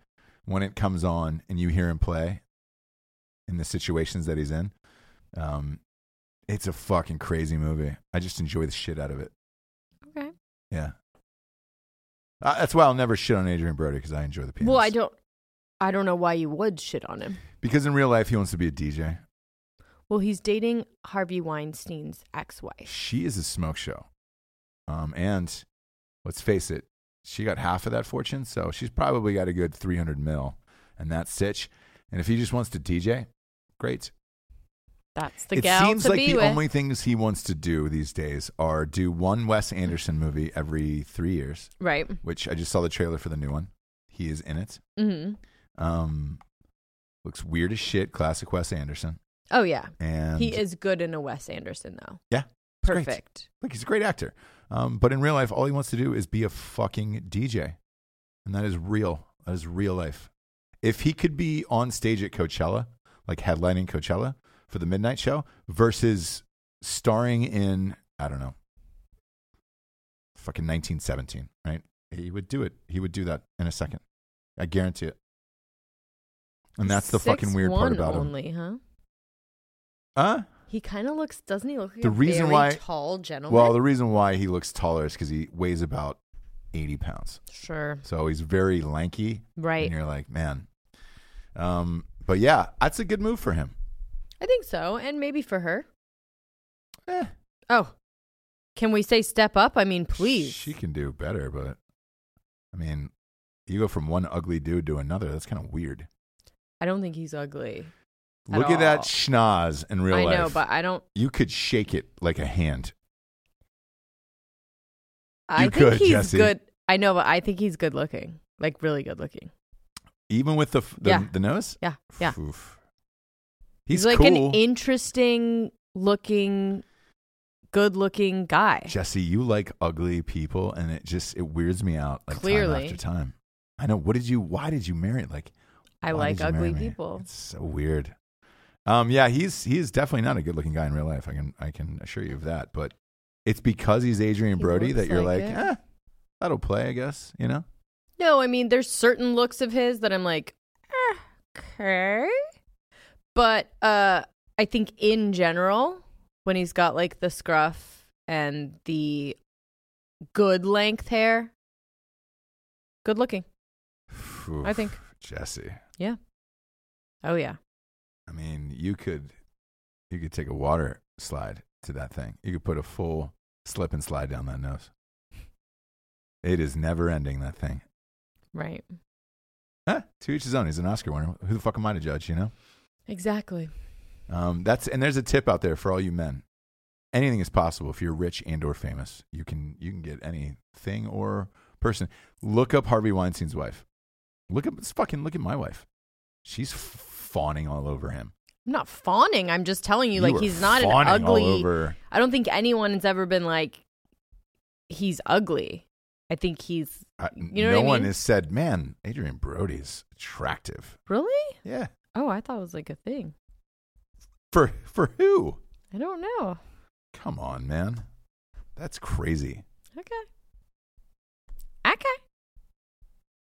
[SPEAKER 3] when it comes on and you hear him play in the situations that he's in, um, it's a fucking crazy movie. I just enjoy the shit out of it.
[SPEAKER 2] Okay.
[SPEAKER 3] Yeah. Uh, that's why I'll never shit on Adrian Brody because I enjoy the pianist.
[SPEAKER 2] Well, I don't. I don't know why you would shit on him.
[SPEAKER 3] Because in real life, he wants to be a DJ.
[SPEAKER 2] Well, he's dating Harvey Weinstein's ex-wife.
[SPEAKER 3] She is a smoke show. Um, and let's face it, she got half of that fortune. So she's probably got a good 300 mil. And that's Sitch. And if he just wants to DJ, great.
[SPEAKER 2] That's the
[SPEAKER 3] it
[SPEAKER 2] gal
[SPEAKER 3] seems
[SPEAKER 2] to
[SPEAKER 3] like
[SPEAKER 2] be
[SPEAKER 3] the
[SPEAKER 2] with.
[SPEAKER 3] only things he wants to do these days are do one Wes Anderson movie every three years,
[SPEAKER 2] right.
[SPEAKER 3] which I just saw the trailer for the new one. He is in it.
[SPEAKER 2] hmm
[SPEAKER 3] Um, looks weird as shit. Classic Wes Anderson.
[SPEAKER 2] Oh yeah.
[SPEAKER 3] And
[SPEAKER 2] he is good in a Wes Anderson though.
[SPEAKER 3] Yeah. it's great.
[SPEAKER 2] Perfect.
[SPEAKER 3] Like he's a great actor. Um, but in real life, all he wants to do is be a fucking DJ. And that is real. That is real life. If he could be on stage at Coachella, like headlining Coachella for the midnight show, versus starring in, I don't know, fucking 1917, right? He would do it. He would do that in a second. I guarantee it. And that's the fucking weird part
[SPEAKER 2] 6'1"
[SPEAKER 3] about him.
[SPEAKER 2] only, Huh?
[SPEAKER 3] Huh?
[SPEAKER 2] He kind of looks. Doesn't he look like
[SPEAKER 3] The
[SPEAKER 2] a
[SPEAKER 3] reason
[SPEAKER 2] very
[SPEAKER 3] why-
[SPEAKER 2] tall gentleman?
[SPEAKER 3] Well, the reason why he looks taller is because he weighs about 80 pounds.
[SPEAKER 2] sure.
[SPEAKER 3] So he's very lanky.
[SPEAKER 2] Right.
[SPEAKER 3] And you're like, man. Um, but yeah, that's a good move for him.
[SPEAKER 2] I think so, and maybe for her.
[SPEAKER 3] Eh,
[SPEAKER 2] Oh, can we say step up? I mean, please.
[SPEAKER 3] She can do better, but I mean, you go from one ugly dude to another. That's kind of weird.
[SPEAKER 2] I don't think he's ugly. At
[SPEAKER 3] Look at that
[SPEAKER 2] all.
[SPEAKER 3] schnoz in real
[SPEAKER 2] I
[SPEAKER 3] life.
[SPEAKER 2] know, but I don't.
[SPEAKER 3] you could shake it like a hand.
[SPEAKER 2] I
[SPEAKER 3] You
[SPEAKER 2] think
[SPEAKER 3] could,
[SPEAKER 2] he's
[SPEAKER 3] Jesse.
[SPEAKER 2] good. I know, but I think he's good looking, like really good looking.
[SPEAKER 3] Even with the f- the,
[SPEAKER 2] Yeah.
[SPEAKER 3] the nose?
[SPEAKER 2] Yeah, yeah.
[SPEAKER 3] Oof. He's,
[SPEAKER 2] like
[SPEAKER 3] cool.
[SPEAKER 2] an interesting looking, good looking guy.
[SPEAKER 3] Jesse, you like ugly people, and it just it weirds me out like time
[SPEAKER 2] Clearly.
[SPEAKER 3] after time. I know. What did you? Why did you marry? Like,
[SPEAKER 2] I
[SPEAKER 3] why
[SPEAKER 2] like
[SPEAKER 3] did you marry
[SPEAKER 2] ugly
[SPEAKER 3] me?
[SPEAKER 2] people.
[SPEAKER 3] It's so weird. Um, yeah, he's he's definitely not a good looking guy in real life. I can I can assure you of that. But it's because he's Adrian
[SPEAKER 2] He
[SPEAKER 3] Brody that
[SPEAKER 2] looks
[SPEAKER 3] you're like,
[SPEAKER 2] like it.
[SPEAKER 3] eh, that'll play, I guess. You know,
[SPEAKER 2] No, I mean, there's certain looks of his that I'm like, "Eh, okay. But uh, I think in general, when he's got like the scruff and the good length hair, good looking. I think.
[SPEAKER 3] Oof, Jesse.
[SPEAKER 2] Oh, yeah.
[SPEAKER 3] I mean, you could you could take a water slide to that thing. You could put a full slip and slide down that nose. It is never ending. That thing.
[SPEAKER 2] Right.
[SPEAKER 3] Huh? To each his own. He's an Oscar winner. Who the fuck am I to judge? You know.
[SPEAKER 2] Exactly.
[SPEAKER 3] Um, that's and there's a tip out there for all you men. Anything is possible if you're rich and or famous. You can you can get anything or person. Look up Harvey Weinstein's wife. Look up it's fucking look at my wife. She's f- fawning all over him.
[SPEAKER 2] I'm not fawning. I'm just telling you,
[SPEAKER 3] were
[SPEAKER 2] like, he's not an
[SPEAKER 3] fawning
[SPEAKER 2] ugly.
[SPEAKER 3] all over.
[SPEAKER 2] I don't think anyone has ever been like, he's ugly. I think he's
[SPEAKER 3] I-
[SPEAKER 2] You know
[SPEAKER 3] no
[SPEAKER 2] what I
[SPEAKER 3] one
[SPEAKER 2] mean?
[SPEAKER 3] has said, man, Adrian Brody's attractive.
[SPEAKER 2] really.
[SPEAKER 3] Yeah.
[SPEAKER 2] Oh, I thought it was like a thing.
[SPEAKER 3] For for who?
[SPEAKER 2] I don't know.
[SPEAKER 3] Come on, man. That's crazy.
[SPEAKER 2] Okay. Okay.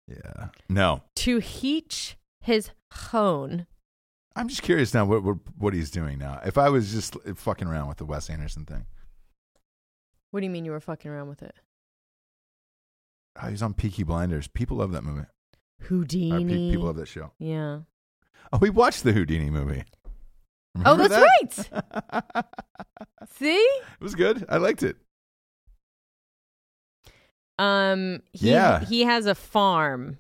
[SPEAKER 3] Yeah. No.
[SPEAKER 2] To heech his hone.
[SPEAKER 3] I'm just curious now what, what what he's doing now. If I was just fucking around with the Wes Anderson thing,
[SPEAKER 2] What do you mean you were fucking around with it?
[SPEAKER 3] oh, he's on Peaky Blinders. People love that movie. Or pe-
[SPEAKER 2] Houdini.
[SPEAKER 3] people love that show.
[SPEAKER 2] yeah.
[SPEAKER 3] Oh, we watched the Houdini movie. Remember
[SPEAKER 2] oh, that's right.
[SPEAKER 3] that?
[SPEAKER 2] See?
[SPEAKER 3] it was good. I liked it.
[SPEAKER 2] Um he
[SPEAKER 3] Yeah.
[SPEAKER 2] he has a farm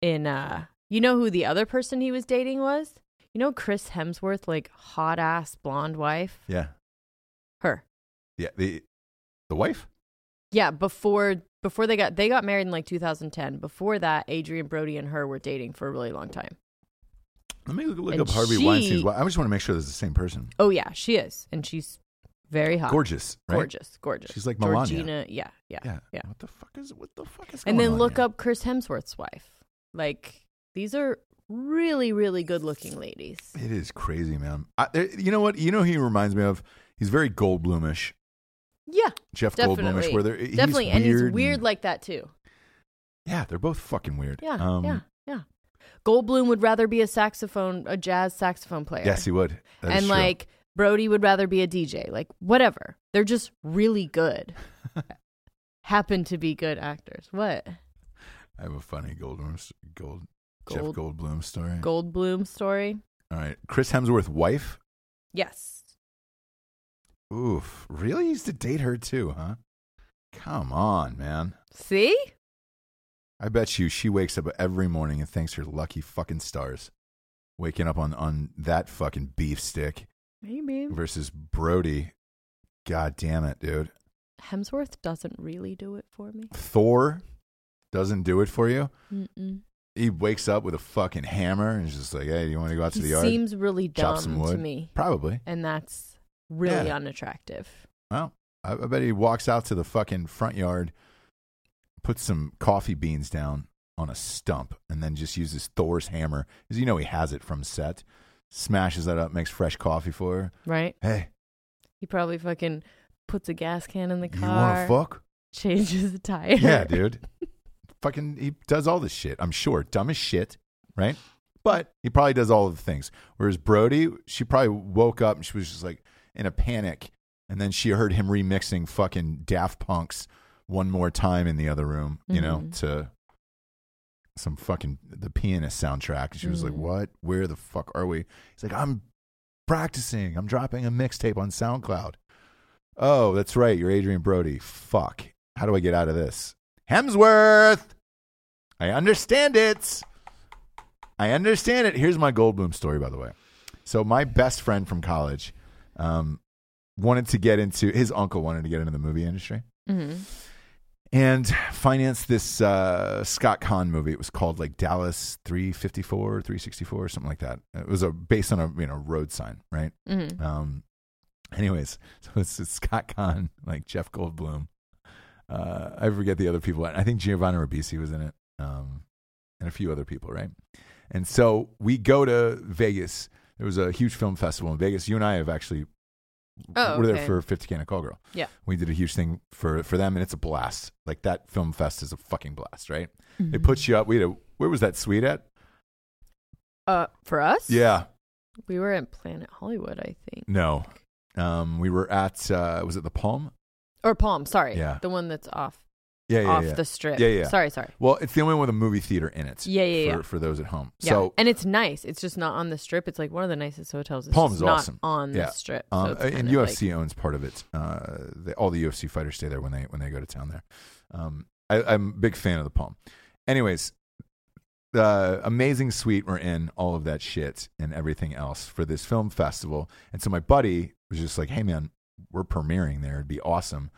[SPEAKER 2] in uh you know who the other person he was dating was? You know Chris Hemsworth, like hot ass blonde wife?
[SPEAKER 3] Yeah,
[SPEAKER 2] Her.
[SPEAKER 3] yeah. The the wife.
[SPEAKER 2] Yeah, before before they got they got married in like 2010. Before that, Adrian Brody and her were dating for a really long time.
[SPEAKER 3] Let me look, look
[SPEAKER 2] And
[SPEAKER 3] up Harvey
[SPEAKER 2] she-
[SPEAKER 3] Weinstein's wife. I just want to make sure this is the same person.
[SPEAKER 2] Oh yeah, she is. And she's Very hot.
[SPEAKER 3] Gorgeous, right?
[SPEAKER 2] Gorgeous. Gorgeous.
[SPEAKER 3] She's like Melania.
[SPEAKER 2] Georgina. Yeah. Yeah.
[SPEAKER 3] Yeah.
[SPEAKER 2] Yeah.
[SPEAKER 3] What the fuck is what the fuck is going
[SPEAKER 2] And then
[SPEAKER 3] on
[SPEAKER 2] look
[SPEAKER 3] here?
[SPEAKER 2] up Chris Hemsworth's wife. Like these are really, really good looking ladies.
[SPEAKER 3] It is crazy, man. I, there, you know what? You know who he reminds me of? He's very Goldblumish,
[SPEAKER 2] Yeah.
[SPEAKER 3] Jeff Goldblumish.
[SPEAKER 2] Definitely.
[SPEAKER 3] Where they're he's
[SPEAKER 2] Definitely. and he's
[SPEAKER 3] and-
[SPEAKER 2] weird like that too.
[SPEAKER 3] yeah, they're both fucking weird. Um,
[SPEAKER 2] Yeah. yeah. Yeah. Goldblum would rather be a saxophone, a jazz saxophone player.
[SPEAKER 3] Yes, he would. That is
[SPEAKER 2] and
[SPEAKER 3] true.
[SPEAKER 2] like Brody would rather be a DJ. Like whatever. They're just really good. Happen to be good actors. What?
[SPEAKER 3] I have a funny Goldblum, Gold, Jeff
[SPEAKER 2] Gold-
[SPEAKER 3] Goldblum story.
[SPEAKER 2] Goldblum story?
[SPEAKER 3] All right, Chris Hemsworth wife.
[SPEAKER 2] Yes.
[SPEAKER 3] Oof, really? He used to date her too, huh? Come on, man.
[SPEAKER 2] See?
[SPEAKER 3] I bet you she wakes up every morning and thanks her lucky fucking stars, waking up on on that fucking beef stick
[SPEAKER 2] Maybe.
[SPEAKER 3] versus Brody. God damn it, dude.
[SPEAKER 2] Hemsworth doesn't really do it for me.
[SPEAKER 3] Thor doesn't do it for you.
[SPEAKER 2] Mm-mm.
[SPEAKER 3] He wakes up with a fucking hammer and is just like, "Hey, you want to go out to
[SPEAKER 2] He
[SPEAKER 3] the yard,
[SPEAKER 2] seems really
[SPEAKER 3] chop
[SPEAKER 2] dumb
[SPEAKER 3] some wood?"
[SPEAKER 2] to me,
[SPEAKER 3] Probably.
[SPEAKER 2] and that's really
[SPEAKER 3] Yeah.
[SPEAKER 2] unattractive.
[SPEAKER 3] Well, I, I bet he walks out to the fucking front yard, puts some coffee beans down on a stump, and then just uses Thor's hammer, because you know he has it from set. Smashes that up, makes fresh coffee for her.
[SPEAKER 2] Right?
[SPEAKER 3] Hey,
[SPEAKER 2] He probably fucking puts a gas can in the
[SPEAKER 3] you want
[SPEAKER 2] car,
[SPEAKER 3] to fuck?
[SPEAKER 2] changes the tire.
[SPEAKER 3] Yeah, dude. fucking, he does all this shit. I'm sure, dumb as shit, right? But he probably does all of the things. Whereas Brody, she probably woke up and she was just like in a panic, and then she heard him remixing fucking Daft Punk's one more time in the other room, you know,
[SPEAKER 2] Mhm.
[SPEAKER 3] to some fucking the pianist soundtrack. And she was like,
[SPEAKER 2] Mhm.
[SPEAKER 3] "What? Where the fuck are we?" He's like, "I'm practicing. I'm dropping a mixtape on SoundCloud." Oh, that's right. You're Adrian Brody. Fuck. How do I get out of this? Hemsworth. I understand it. I understand it. Here's my Goldblum story, by the way. So my best friend from college um, wanted to get into his uncle wanted to get into the movie industry
[SPEAKER 2] hmm
[SPEAKER 3] and financed this uh, Scott Kahn movie. It was called like Dallas 354, 364, something like that. It was a based on a you know road sign, right?
[SPEAKER 2] hmm
[SPEAKER 3] Um, anyways, so it's, it's Scott Kahn, like Jeff Goldblum. Uh, I forget the other people. I think Giovanni Ribisi was in it, um, and a few other people, right? And so we go to Vegas. There was a huge film festival in Vegas. You and I have actually
[SPEAKER 2] Oh,
[SPEAKER 3] we're there
[SPEAKER 2] okay.
[SPEAKER 3] for 50 Can of Call Girl.
[SPEAKER 2] Yeah.
[SPEAKER 3] We did a huge thing for, for them, and it's a blast. Like that film fest is a fucking blast, right?
[SPEAKER 2] Mm-hmm.
[SPEAKER 3] It puts you up. We had a, where was that suite at?
[SPEAKER 2] Uh, for us?
[SPEAKER 3] Yeah.
[SPEAKER 2] We were at Planet Hollywood, I think.
[SPEAKER 3] No. Um, we were at, uh, was it the Palm?
[SPEAKER 2] Or Palm, sorry.
[SPEAKER 3] Yeah.
[SPEAKER 2] The one that's off
[SPEAKER 3] Yeah, yeah,
[SPEAKER 2] off
[SPEAKER 3] yeah.
[SPEAKER 2] the strip.
[SPEAKER 3] Yeah, yeah.
[SPEAKER 2] Sorry, sorry.
[SPEAKER 3] Well, it's the only one with a movie theater in it.
[SPEAKER 2] Yeah, yeah,
[SPEAKER 3] for,
[SPEAKER 2] yeah.
[SPEAKER 3] For those at home.
[SPEAKER 2] Yeah.
[SPEAKER 3] So
[SPEAKER 2] and it's nice. It's just not on the strip. It's like one of the nicest hotels. It's
[SPEAKER 3] Palm's
[SPEAKER 2] just not
[SPEAKER 3] awesome.
[SPEAKER 2] on
[SPEAKER 3] Yeah.
[SPEAKER 2] the strip. so
[SPEAKER 3] um,
[SPEAKER 2] it's kind
[SPEAKER 3] and
[SPEAKER 2] of like-
[SPEAKER 3] UFC owns part of it. Uh, they, all the UFC fighters stay there when they when they go to town there. Um, I, I'm a big fan of the Palm. Anyways, the amazing suite we're in, all of that shit and everything else for this film festival. And so my buddy was just like, "Hey man, we're premiering there. It'd be awesome."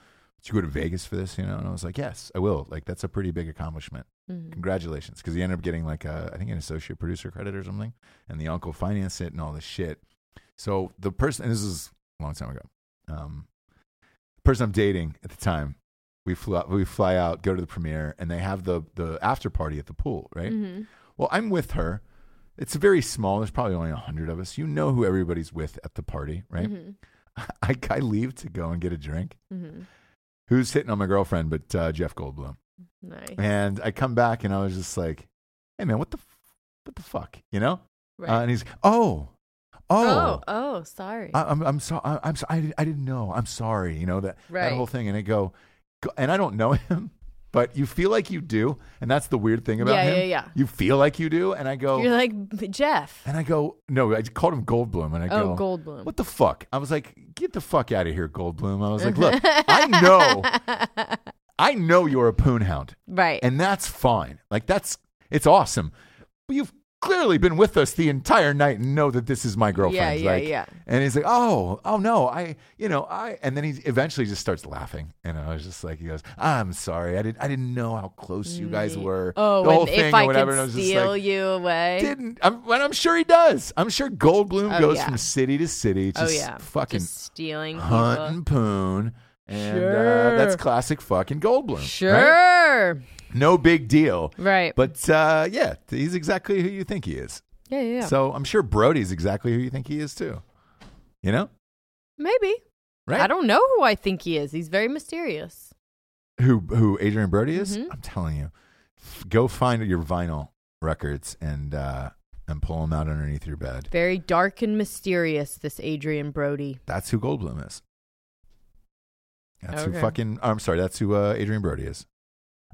[SPEAKER 3] Did you go to Vegas for this? You know, and I was like, "Yes, I will." Like that's a pretty big accomplishment.
[SPEAKER 2] Mhm.
[SPEAKER 3] congratulations because he ended up getting like a, I think an associate producer credit or something and the uncle financed it and all this shit so the person and this is a long time ago um the person i'm dating at the time we flew out, we fly out go to the premiere and they have the the after party at the pool right
[SPEAKER 2] Mhm.
[SPEAKER 3] well i'm with her it's very small there's probably only 100 of us you know who everybody's with at the party right
[SPEAKER 2] Mhm.
[SPEAKER 3] I, I leave to go and get a drink
[SPEAKER 2] Mhm.
[SPEAKER 3] who's hitting on my girlfriend but uh, jeff goldblum
[SPEAKER 2] Nice.
[SPEAKER 3] and I come back and I was just like, "Hey man, what the, f- what the fuck?" You know?
[SPEAKER 2] Right.
[SPEAKER 3] Uh, and he's, "Oh, oh,
[SPEAKER 2] oh, oh, sorry.
[SPEAKER 3] I, am I'm sorry, I'm so, I, didn't- I didn't know. I'm sorry." You know that
[SPEAKER 2] Right.
[SPEAKER 3] that whole thing. And I go, go, and I don't know him, but you feel like you do, and that's the weird thing about
[SPEAKER 2] Yeah,
[SPEAKER 3] him.
[SPEAKER 2] yeah, yeah.
[SPEAKER 3] You feel like you do, and I go,
[SPEAKER 2] You're like Jeff.
[SPEAKER 3] and I go, no, I called him Goldblum, and I
[SPEAKER 2] Oh,
[SPEAKER 3] go,
[SPEAKER 2] Goldblum.
[SPEAKER 3] What the fuck? I was like, get the fuck out of here, Goldblum. I was like, look, I know, I know you're a poon hound
[SPEAKER 2] right.
[SPEAKER 3] and that's fine. Like that's it's awesome. But you've clearly been with us the entire night and know that this is my girlfriend.
[SPEAKER 2] yeah,
[SPEAKER 3] like,
[SPEAKER 2] yeah.
[SPEAKER 3] And he's like, oh, oh no, I, you know, I, and then he eventually just starts laughing. And I was just like, he goes, I'm sorry. I didn't, I didn't know how close you guys were.
[SPEAKER 2] Oh,
[SPEAKER 3] the whole
[SPEAKER 2] and
[SPEAKER 3] thing
[SPEAKER 2] if
[SPEAKER 3] or
[SPEAKER 2] I
[SPEAKER 3] whatever. and I
[SPEAKER 2] could
[SPEAKER 3] was just
[SPEAKER 2] steal
[SPEAKER 3] like,
[SPEAKER 2] you away.
[SPEAKER 3] didn't. I'm, and I'm sure he does. I'm sure Goldblum
[SPEAKER 2] Oh,
[SPEAKER 3] goes
[SPEAKER 2] yeah.
[SPEAKER 3] from city to city,
[SPEAKER 2] oh
[SPEAKER 3] just
[SPEAKER 2] yeah,
[SPEAKER 3] fucking
[SPEAKER 2] Just stealing people.
[SPEAKER 3] hunt and poon. And uh,
[SPEAKER 2] Sure.
[SPEAKER 3] that's classic fucking Goldblum. right?
[SPEAKER 2] Sure.
[SPEAKER 3] No big deal.
[SPEAKER 2] Right.
[SPEAKER 3] But uh, yeah, he's exactly who you think he is.
[SPEAKER 2] yeah, yeah, yeah.
[SPEAKER 3] So I'm sure Brody's exactly who you think he is too. You know,
[SPEAKER 2] Maybe.
[SPEAKER 3] right?
[SPEAKER 2] I don't know who I think he is. He's very mysterious.
[SPEAKER 3] who who Adrian Brody is.
[SPEAKER 2] Mhm.
[SPEAKER 3] I'm telling you, F- go find your vinyl records and uh, and pull them out underneath your bed.
[SPEAKER 2] Very dark and mysterious, this Adrian Brody.
[SPEAKER 3] That's who Goldblum is. That's who
[SPEAKER 2] Okay.
[SPEAKER 3] fucking. I'm sorry. That's who uh, Adrian Brody is.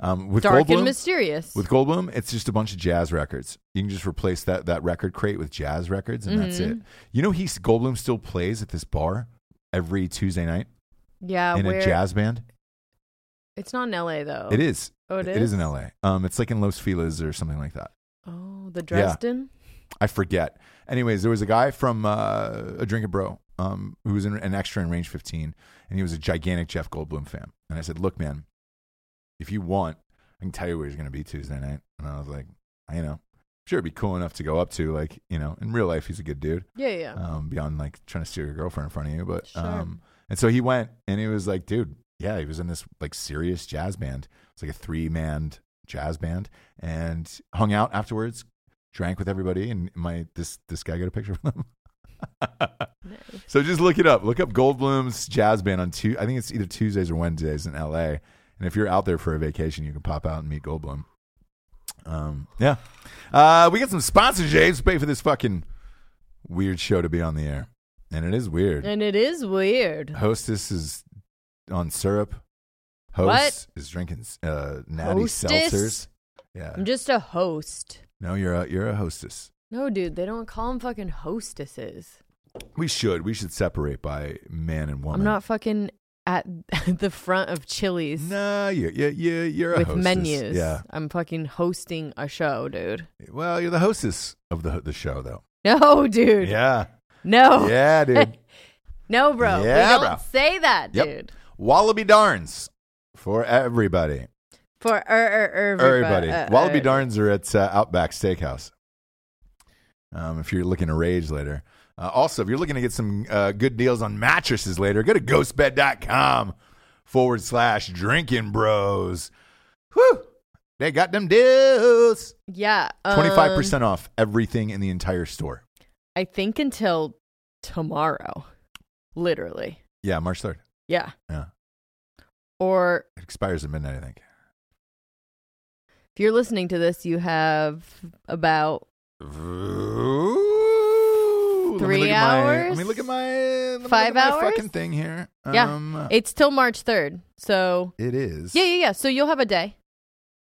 [SPEAKER 3] Um, with
[SPEAKER 2] dark
[SPEAKER 3] Goldblum,
[SPEAKER 2] and mysterious.
[SPEAKER 3] With Goldblum, it's just a bunch of jazz records. You can just replace that that record crate with jazz records, and that's it.
[SPEAKER 2] Mhm.
[SPEAKER 3] You know, he's Goldblum still plays at this bar every Tuesday night
[SPEAKER 2] Mm-hmm. yeah,
[SPEAKER 3] in
[SPEAKER 2] Uh, where
[SPEAKER 3] a jazz band.
[SPEAKER 2] it's not in L.A. though.
[SPEAKER 3] It is.
[SPEAKER 2] Oh, it
[SPEAKER 3] It is
[SPEAKER 2] is?
[SPEAKER 3] in L.A. Um, it's like in Los Feliz or something like that.
[SPEAKER 2] Oh, the Dresden.
[SPEAKER 3] I forget. Anyways, there was a guy from uh, a Drink a Bro um, who was in, an extra in Range 15, and he was a gigantic Jeff Goldblum fan. And I said, "Look, man, if you want, I can tell you where he's going to be Tuesday night." And I was like, "I you know, sure, it'd be cool enough to go up to, like, you know, in real life, he's a good dude,
[SPEAKER 2] Yeah, yeah.
[SPEAKER 3] um, beyond like trying to steal your girlfriend in front of you." But
[SPEAKER 2] Sure.
[SPEAKER 3] um, and so he went, and he was like, "Dude, yeah, he was in this like serious jazz band. It's like a three man jazz band, and hung out afterwards." drank with everybody, and my this this guy got a picture of him. so just look it up. Look up Goldblum's jazz band on two. I think it's either Tuesdays or Wednesdays in L.A. And if you're out there for a vacation, you can pop out and meet Goldblum. Um, yeah, uh, we got some sponsors, James, to pay for this fucking weird show to be on the air, and it is weird.
[SPEAKER 2] And it is
[SPEAKER 3] Uh,
[SPEAKER 2] weird.
[SPEAKER 3] Hostess is on syrup.
[SPEAKER 2] What?
[SPEAKER 3] Host is drinking uh, natty
[SPEAKER 2] Hostess?
[SPEAKER 3] seltzers. Yeah,
[SPEAKER 2] I'm just a host.
[SPEAKER 3] no, you're a, you're a hostess.
[SPEAKER 2] No, dude, they don't call them fucking hostesses.
[SPEAKER 3] We should. We should separate by man and woman.
[SPEAKER 2] I'm not fucking at the front of Chili's
[SPEAKER 3] No, you, you, you, you're a
[SPEAKER 2] with
[SPEAKER 3] hostess.
[SPEAKER 2] menus.
[SPEAKER 3] Yeah.
[SPEAKER 2] I'm fucking hosting a show, dude.
[SPEAKER 3] Well, you're the hostess of the the show, though.
[SPEAKER 2] No, dude. Oh.
[SPEAKER 3] Yeah.
[SPEAKER 2] No.
[SPEAKER 3] Yeah, dude.
[SPEAKER 2] No, bro.
[SPEAKER 3] Yeah,
[SPEAKER 2] we don't
[SPEAKER 3] bro.
[SPEAKER 2] say that,
[SPEAKER 3] Yep.
[SPEAKER 2] dude.
[SPEAKER 3] Wallaby Darns for everybody.
[SPEAKER 2] For er, er, er,
[SPEAKER 3] Everybody.
[SPEAKER 2] uh, uh,
[SPEAKER 3] Wallaby Darns are at uh, Outback Steakhouse. Um, if you're looking to rage later. Uh, also, if you're looking to get some uh, good deals on mattresses later, go to ghostbed.com forward slash drinking bros. Whew. They got them deals.
[SPEAKER 2] Yeah.
[SPEAKER 3] Twenty five
[SPEAKER 2] um,
[SPEAKER 3] percent off everything in the entire store.
[SPEAKER 2] I think until tomorrow, literally.
[SPEAKER 3] Yeah, March third.
[SPEAKER 2] Yeah.
[SPEAKER 3] Yeah,
[SPEAKER 2] Or
[SPEAKER 3] it expires at midnight. I think.
[SPEAKER 2] if you're listening to this, you have about
[SPEAKER 3] Ooh, let me
[SPEAKER 2] Three
[SPEAKER 3] look at my-
[SPEAKER 2] hours?
[SPEAKER 3] let me look at my let me
[SPEAKER 2] Five
[SPEAKER 3] look at my
[SPEAKER 2] hours?
[SPEAKER 3] fucking thing here.
[SPEAKER 2] yeah.
[SPEAKER 3] Um,
[SPEAKER 2] it's till March third, so
[SPEAKER 3] it is.
[SPEAKER 2] yeah, yeah, yeah. So you'll have a day.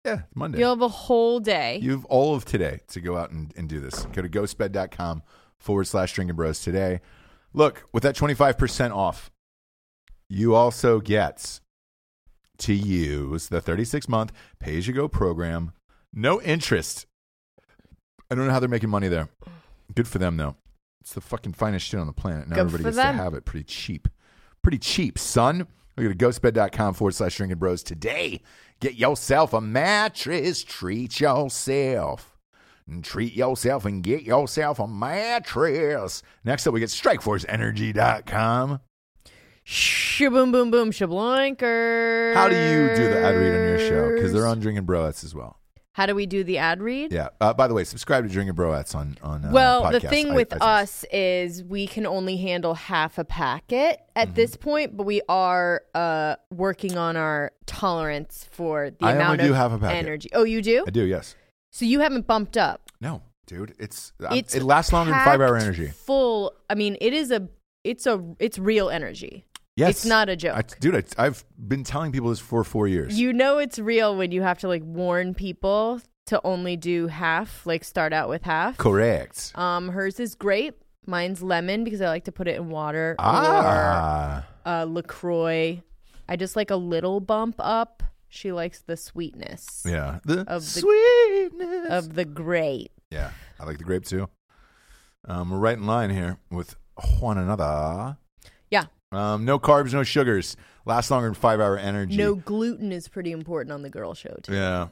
[SPEAKER 3] Yeah, it's Monday.
[SPEAKER 2] You'll have a whole day.
[SPEAKER 3] You have all of today to go out and, and do this. Go to ghostbed.com forward slash drinking bros today. Look, with that 25% off, you also get to use the 36 month pay as you go program. No interest. I don't know how they're making money there. Good for them, though. It's the fucking finest shit on the planet. Now
[SPEAKER 2] Good
[SPEAKER 3] everybody
[SPEAKER 2] for
[SPEAKER 3] gets
[SPEAKER 2] them.
[SPEAKER 3] to have it pretty cheap. Pretty cheap, son. Go to ghostbed.com forward slash drinking bros today. Get yourself a mattress. Treat yourself. And treat yourself and get yourself a mattress. Next up, we get strikeforceenergy.com.
[SPEAKER 2] Shaboom, boom, boom, shabloinker.
[SPEAKER 3] How do you do the ad read on your show? Because they're on Drinking Broettes as well.
[SPEAKER 2] How do we do the ad read?
[SPEAKER 3] Yeah. Uh, by the way, subscribe to Drinking Broettes on on. Uh,
[SPEAKER 2] well, the
[SPEAKER 3] podcasts,
[SPEAKER 2] thing
[SPEAKER 3] i-
[SPEAKER 2] with
[SPEAKER 3] iTunes.
[SPEAKER 2] us is we can only handle half a packet at
[SPEAKER 3] Mm-hmm.
[SPEAKER 2] this point, but we are uh, working on our tolerance for the
[SPEAKER 3] I only
[SPEAKER 2] amount
[SPEAKER 3] do
[SPEAKER 2] of
[SPEAKER 3] half a packet.
[SPEAKER 2] energy. Oh, you do?
[SPEAKER 3] I do. Yes.
[SPEAKER 2] So you haven't bumped up.
[SPEAKER 3] No, dude. It's, um,
[SPEAKER 2] It's
[SPEAKER 3] it lasts longer than five hour
[SPEAKER 2] packed
[SPEAKER 3] energy.
[SPEAKER 2] Full. I mean, it is a. It's a. It's real energy.
[SPEAKER 3] Yes.
[SPEAKER 2] It's not a joke.
[SPEAKER 3] I, dude, I, I've been telling people this for four years.
[SPEAKER 2] You know it's real when you have to like warn people to only do half, like start out with half.
[SPEAKER 3] Correct.
[SPEAKER 2] Um, hers is grape. Mine's lemon because I like to put it in water.
[SPEAKER 3] Ah.
[SPEAKER 2] Or, uh, Lacroix. I just like a little bump up. She likes the sweetness
[SPEAKER 3] Yeah. The
[SPEAKER 2] Of the-
[SPEAKER 3] sweetness.
[SPEAKER 2] of the grape.
[SPEAKER 3] yeah. I like the grape too. Um, we're right in line here with one another.
[SPEAKER 2] Yeah.
[SPEAKER 3] Um, no carbs, no sugars. Last longer than five hour energy.
[SPEAKER 2] No gluten is pretty important on the girl show too.
[SPEAKER 3] Yeah.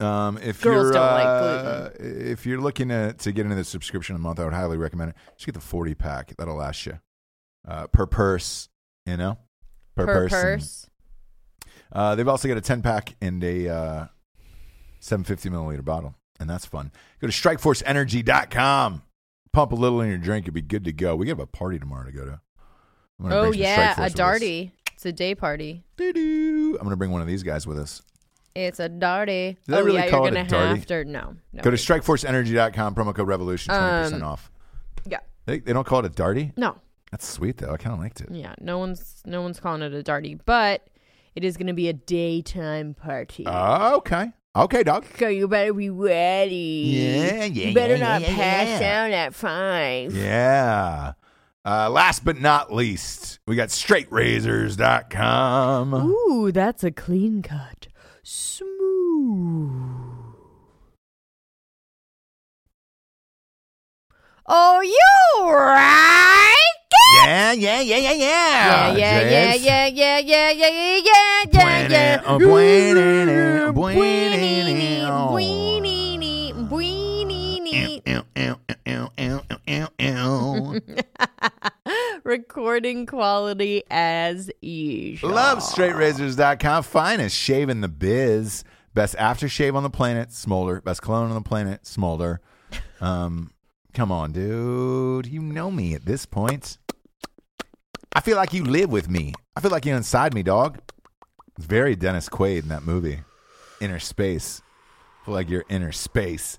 [SPEAKER 3] Um, if
[SPEAKER 2] Girls
[SPEAKER 3] you're
[SPEAKER 2] don't like
[SPEAKER 3] uh, if you're looking to, to get into the subscription a month, I would highly recommend it. Just get the forty pack. That'll last you uh, per purse. You know, per,
[SPEAKER 2] Per
[SPEAKER 3] person.
[SPEAKER 2] purse.
[SPEAKER 3] Uh, they've also got a 10 pack and a uh, 750 milliliter bottle, and that's fun. Go to strikeforceenergy.com. Pump a little in your drink. You'll be good to go. We have a party tomorrow to go to. I'm gonna
[SPEAKER 2] Oh
[SPEAKER 3] bring some
[SPEAKER 2] yeah,
[SPEAKER 3] Strikeforce
[SPEAKER 2] a
[SPEAKER 3] with us.
[SPEAKER 2] darty. It's a day party.
[SPEAKER 3] Doo-doo. I'm going to bring one of these guys with us.
[SPEAKER 2] It's a darty.
[SPEAKER 3] Did I
[SPEAKER 2] oh
[SPEAKER 3] really
[SPEAKER 2] yeah,
[SPEAKER 3] call it
[SPEAKER 2] you're
[SPEAKER 3] a
[SPEAKER 2] gonna
[SPEAKER 3] darty?
[SPEAKER 2] have to. No, no.
[SPEAKER 3] Go to strikeforceenergy.com, promo code revolution, 20%
[SPEAKER 2] Um,
[SPEAKER 3] off.
[SPEAKER 2] yeah.
[SPEAKER 3] They, they don't call it a darty?
[SPEAKER 2] No.
[SPEAKER 3] That's sweet, though. I kind of liked it.
[SPEAKER 2] Yeah. No one's no one's calling it a darty, but it is gonna be a daytime party.
[SPEAKER 3] Uh, okay. Okay, dog.
[SPEAKER 2] so you better be ready.
[SPEAKER 3] Yeah, yeah,
[SPEAKER 2] You better
[SPEAKER 3] yeah,
[SPEAKER 2] not
[SPEAKER 3] yeah, yeah,
[SPEAKER 2] pass
[SPEAKER 3] yeah.
[SPEAKER 2] out at five.
[SPEAKER 3] Yeah. Uh, last but not least, we got straightrazors.com.
[SPEAKER 2] Ooh, that's a clean cut. Smooth. Oh, you right?
[SPEAKER 3] Yeah, yeah, yeah, yeah, yeah.
[SPEAKER 2] Yeah, yeah,
[SPEAKER 3] James.
[SPEAKER 2] yeah, yeah, yeah, yeah, yeah, yeah, yeah,
[SPEAKER 3] Buena,
[SPEAKER 2] yeah.
[SPEAKER 3] oh, buena, buena, buena. Ew, ew, ew, ew, ew, ew, ew, ew.
[SPEAKER 2] Recording quality as usual.
[SPEAKER 3] Love straightrazors.com. Finest shave in the biz. Best aftershave on the planet, Smolder. Best cologne on the planet, Smolder. Um, come on, dude. You know me at this point. I feel like you live with me. I feel like you're inside me, dog. It's very Dennis Quaid in that movie. Inner space. feel like you're inner space.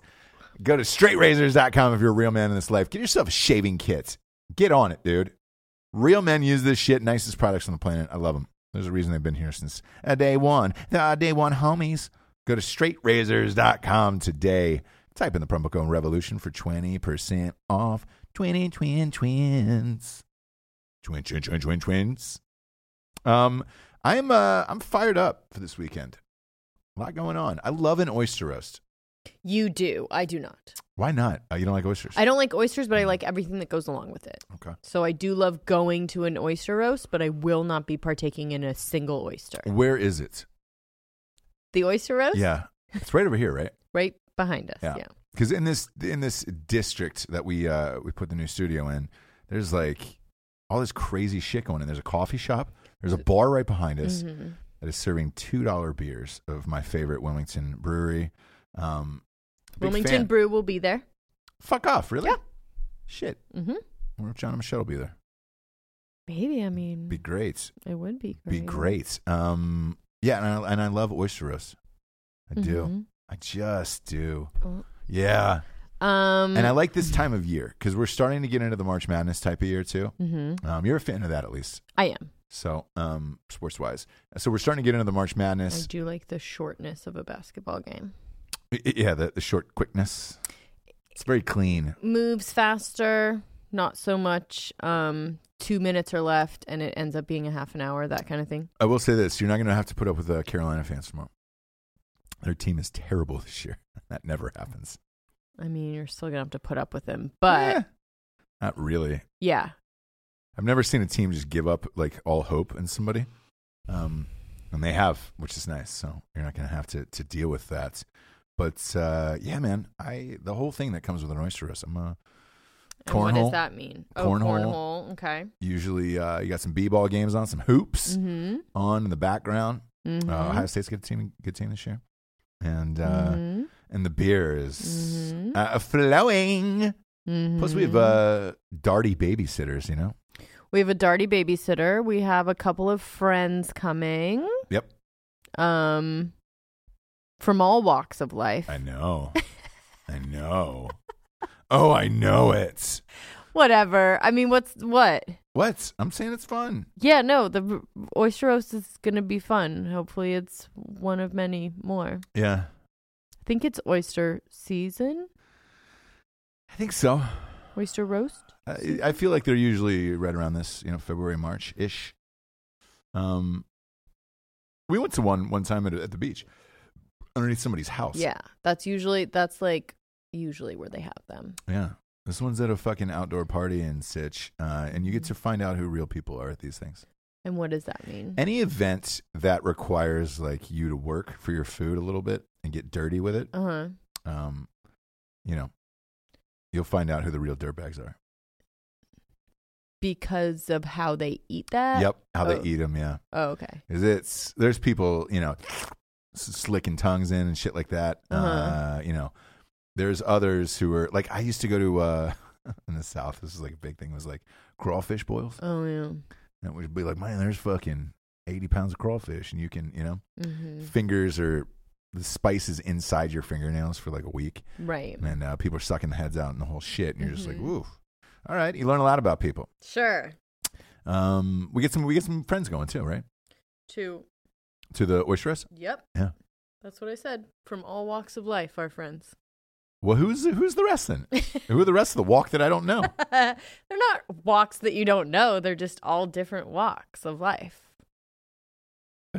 [SPEAKER 3] Go to straightrazors.com if you're a real man in this life. Get yourself a shaving kit. Get on it, dude. Real men use this shit. Nicest products on the planet. I love them. There's a reason they've been here since uh, day one. The uh, day one homies. Go to straightrazors.com today. Type in the promo code revolution for 20% off. Twin, twin, twins. Twin, twin, twin, twin, twins. Um, I'm uh, I'm fired up for this weekend. A lot going on. I love an oyster roast.
[SPEAKER 2] You do. I do not.
[SPEAKER 3] Why not? Uh, you don't like oysters?
[SPEAKER 2] I don't like oysters, but I like everything that goes along with it.
[SPEAKER 3] okay.
[SPEAKER 2] So I do love going to an oyster roast, but I will not be partaking in a single oyster.
[SPEAKER 3] Where is it?
[SPEAKER 2] The oyster roast?
[SPEAKER 3] Yeah, it's right over here, right?
[SPEAKER 2] Right behind us.
[SPEAKER 3] Yeah.
[SPEAKER 2] Yeah.
[SPEAKER 3] Because in this in this district that we uh, we put the new studio in, there's like all this crazy shit going in. There's a coffee shop. There's a bar right behind us
[SPEAKER 2] Mhm.
[SPEAKER 3] that is serving two dollar beers of my favorite Wilmington brewery. Um, big
[SPEAKER 2] Wilmington
[SPEAKER 3] fan.
[SPEAKER 2] Brew will be there.
[SPEAKER 3] Fuck off, really?
[SPEAKER 2] Yeah.
[SPEAKER 3] Shit.
[SPEAKER 2] Mm-hmm.
[SPEAKER 3] I wonder if John and Michelle will be there.
[SPEAKER 2] Maybe. I mean,
[SPEAKER 3] Be great.
[SPEAKER 2] it would be great.
[SPEAKER 3] Be great. Um, yeah, and I, and I love oyster roast. I do.
[SPEAKER 2] Mhm.
[SPEAKER 3] I just do.
[SPEAKER 2] Oh.
[SPEAKER 3] Yeah.
[SPEAKER 2] Um,
[SPEAKER 3] And I like this time of year because we're starting to get into the March Madness type of year too.
[SPEAKER 2] Mhm.
[SPEAKER 3] Um, you're a fan of that at least.
[SPEAKER 2] I am.
[SPEAKER 3] So, um, sports wise, so we're starting to get into the March
[SPEAKER 2] I
[SPEAKER 3] Madness.
[SPEAKER 2] do like the shortness of a basketball game.
[SPEAKER 3] I- I- Yeah, the, the short quickness. It's very clean.
[SPEAKER 2] Moves faster, not so much. Um, two minutes are left, and it ends up being a half an hour, that kind of thing.
[SPEAKER 3] I will say this: you're not going to have to put up with the Carolina fans tomorrow. Their team is terrible this year. That never happens.
[SPEAKER 2] I mean, you're still gonna have to put up with them, but
[SPEAKER 3] Eh, not really.
[SPEAKER 2] yeah,
[SPEAKER 3] I've never seen a team just give up like all hope in somebody, um, and they have, which is nice. So you're not going to have to to deal with that. But uh, yeah, man, I the whole thing that comes with an oyster roast. I'm uh,
[SPEAKER 2] And what
[SPEAKER 3] Cornhole.
[SPEAKER 2] does that mean?
[SPEAKER 3] Cornhole.
[SPEAKER 2] Oh, cornhole. Okay.
[SPEAKER 3] usually uh, you got some b-ball games on, some hoops
[SPEAKER 2] Mm-hmm.
[SPEAKER 3] on in the background.
[SPEAKER 2] Mm-hmm.
[SPEAKER 3] Uh, Ohio State's got a team, good team this year, and uh,
[SPEAKER 2] Mhm.
[SPEAKER 3] and the beer is
[SPEAKER 2] Mhm.
[SPEAKER 3] uh, flowing. Plus we have
[SPEAKER 2] Mhm.
[SPEAKER 3] uh, darty babysitters, you know.
[SPEAKER 2] we have a darty babysitter. We have a couple of friends coming.
[SPEAKER 3] Yep,
[SPEAKER 2] Um, from all walks of life.
[SPEAKER 3] I know, I know. Oh, I know it.
[SPEAKER 2] Whatever. I mean, what's what?
[SPEAKER 3] What? I'm saying it's fun.
[SPEAKER 2] Yeah, no, the r- oyster roast is gonna be fun. Hopefully, it's one of many more.
[SPEAKER 3] Yeah.
[SPEAKER 2] I think it's oyster season,
[SPEAKER 3] I think so.
[SPEAKER 2] oyster roast.
[SPEAKER 3] I, I feel like they're usually right around this, you know, February, March ish. Um, we went to one one time at, at the beach underneath somebody's house.
[SPEAKER 2] Yeah, that's usually that's like usually where they have them.
[SPEAKER 3] Yeah. This one's at a fucking outdoor party in Sitch, uh, and you get to find out who real people are at these things.
[SPEAKER 2] And what does that mean?
[SPEAKER 3] Any event that requires like you to work for your food a little bit and get dirty with it,
[SPEAKER 2] Uh huh.
[SPEAKER 3] um, you know, you'll find out who the real dirtbags are.
[SPEAKER 2] Because of how they eat that?
[SPEAKER 3] yep, how
[SPEAKER 2] oh.
[SPEAKER 3] they eat them. Yeah,
[SPEAKER 2] Oh, okay.
[SPEAKER 3] 'Cause it's there's people you know s- slicking tongues in and shit like that. uh
[SPEAKER 2] Uh-huh.
[SPEAKER 3] you know, there's others who are like I used to go to uh, in the south. This is like a big thing. Was like crawfish boils.
[SPEAKER 2] Oh, yeah.
[SPEAKER 3] And we'd be like, man, there's fucking 80 pounds of crawfish. And you can, you know,
[SPEAKER 2] hmm
[SPEAKER 3] fingers or the spices inside your fingernails for like a week.
[SPEAKER 2] Right.
[SPEAKER 3] And uh, people are sucking the heads out and the whole shit. And you're just like,
[SPEAKER 2] Mhm.
[SPEAKER 3] woo. All right. You learn a lot about people.
[SPEAKER 2] Sure.
[SPEAKER 3] Um, we get some, we get some friends going too, right?
[SPEAKER 2] Two.
[SPEAKER 3] To the oysteress.
[SPEAKER 2] Yep.
[SPEAKER 3] Yeah.
[SPEAKER 2] That's what I said. From all walks of life, our friends.
[SPEAKER 3] Well, who's, who's the rest then? Who are the rest of the walk that I don't know?
[SPEAKER 2] They're not walks that you don't know. They're just all different walks of life.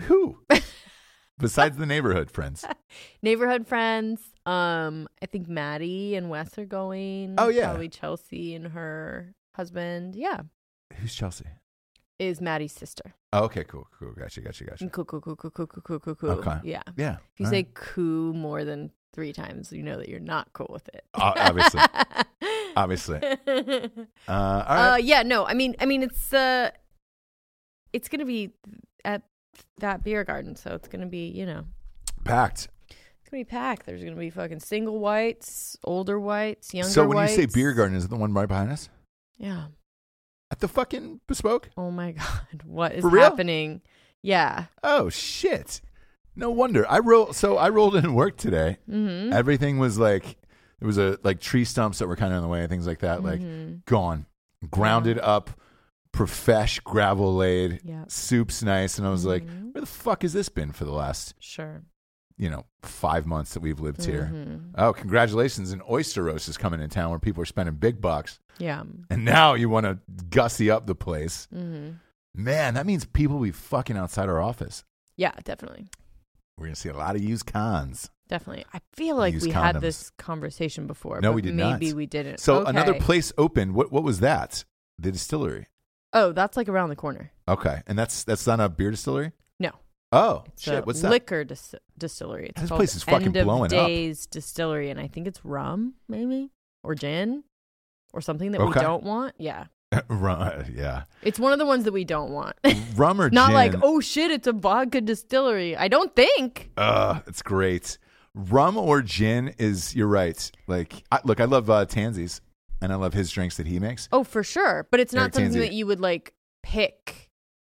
[SPEAKER 3] Who? Besides the neighborhood friends.
[SPEAKER 2] Neighborhood friends. Um, I think Maddie and Wes are going.
[SPEAKER 3] Oh, yeah.
[SPEAKER 2] Probably Chelsea and her husband. Yeah.
[SPEAKER 3] Who's Chelsea?
[SPEAKER 2] Is Maddie's sister.
[SPEAKER 3] Oh, okay, cool, cool. Gotcha, gotcha, gotcha.
[SPEAKER 2] Coo, coo, coo, coo, coo, coo, coo, coo, coo.
[SPEAKER 3] Okay.
[SPEAKER 2] Yeah.
[SPEAKER 3] Yeah.
[SPEAKER 2] If Mm. you
[SPEAKER 3] all
[SPEAKER 2] say
[SPEAKER 3] right.
[SPEAKER 2] coo more than three times, you know that you're not cool with it.
[SPEAKER 3] O- obviously. Obviously. Uh, all right.
[SPEAKER 2] Uh, yeah, no, I mean, I mean, it's uh, it's gonna be at that beer garden, so it's gonna be, you know,
[SPEAKER 3] Packed.
[SPEAKER 2] it's gonna be packed. There's gonna be fucking single whites, older whites, younger.
[SPEAKER 3] so when
[SPEAKER 2] whites.
[SPEAKER 3] you say beer garden, is it the one right behind us?
[SPEAKER 2] yeah.
[SPEAKER 3] At the fucking bespoke?
[SPEAKER 2] Oh my god, what is
[SPEAKER 3] For real?
[SPEAKER 2] happening? Yeah.
[SPEAKER 3] Oh shit. No wonder. I roll so I rolled in work today.
[SPEAKER 2] Mm-hmm.
[SPEAKER 3] Everything was like it was a like tree stumps that were kind of in the way, things like that.
[SPEAKER 2] Mm-hmm.
[SPEAKER 3] Like gone. Grounded up, profesh gravel laid,
[SPEAKER 2] Yep.
[SPEAKER 3] soup's nice. And I was
[SPEAKER 2] Mm.
[SPEAKER 3] like, where the fuck has this been for the last,
[SPEAKER 2] Mm-hmm. Sure.
[SPEAKER 3] you know, five months that we've lived here?
[SPEAKER 2] Mhm.
[SPEAKER 3] Oh, congratulations. An oyster roast is coming in town where people are spending big bucks.
[SPEAKER 2] Yeah.
[SPEAKER 3] And now you want to gussy up the place.
[SPEAKER 2] hmm
[SPEAKER 3] Man, that means people be fucking outside our office.
[SPEAKER 2] Yeah. Definitely.
[SPEAKER 3] We're gonna see a lot of used cons.
[SPEAKER 2] Definitely. I feel like
[SPEAKER 3] Use
[SPEAKER 2] we had
[SPEAKER 3] condoms.
[SPEAKER 2] this conversation before.
[SPEAKER 3] No,
[SPEAKER 2] but
[SPEAKER 3] we did
[SPEAKER 2] maybe
[SPEAKER 3] not.
[SPEAKER 2] we didn't.
[SPEAKER 3] So another
[SPEAKER 2] Okay.
[SPEAKER 3] place opened. What what was that? The distillery.
[SPEAKER 2] Oh, that's like around the corner.
[SPEAKER 3] Okay, and that's that's not a beer distillery.
[SPEAKER 2] No.
[SPEAKER 3] Oh
[SPEAKER 2] It's
[SPEAKER 3] shit!
[SPEAKER 2] a
[SPEAKER 3] What's that?
[SPEAKER 2] liquor dis- distillery. It's
[SPEAKER 3] This
[SPEAKER 2] called
[SPEAKER 3] place is fucking
[SPEAKER 2] End of
[SPEAKER 3] blowing up.
[SPEAKER 2] Days Distillery, and I think it's rum, maybe, or gin, or something that
[SPEAKER 3] Okay.
[SPEAKER 2] we don't want. Yeah,
[SPEAKER 3] Rum, yeah,
[SPEAKER 2] it's one of the ones that we don't want.
[SPEAKER 3] rum or
[SPEAKER 2] Not
[SPEAKER 3] gin.
[SPEAKER 2] like oh shit, it's a vodka distillery. I don't think.
[SPEAKER 3] Ugh, it's great. Rum or gin is you're right. Like I, look, I love uh, Tansy's, and I love his drinks that he makes.
[SPEAKER 2] Oh, for sure, but it's not
[SPEAKER 3] Eric
[SPEAKER 2] something
[SPEAKER 3] Tanzi.
[SPEAKER 2] that you would like pick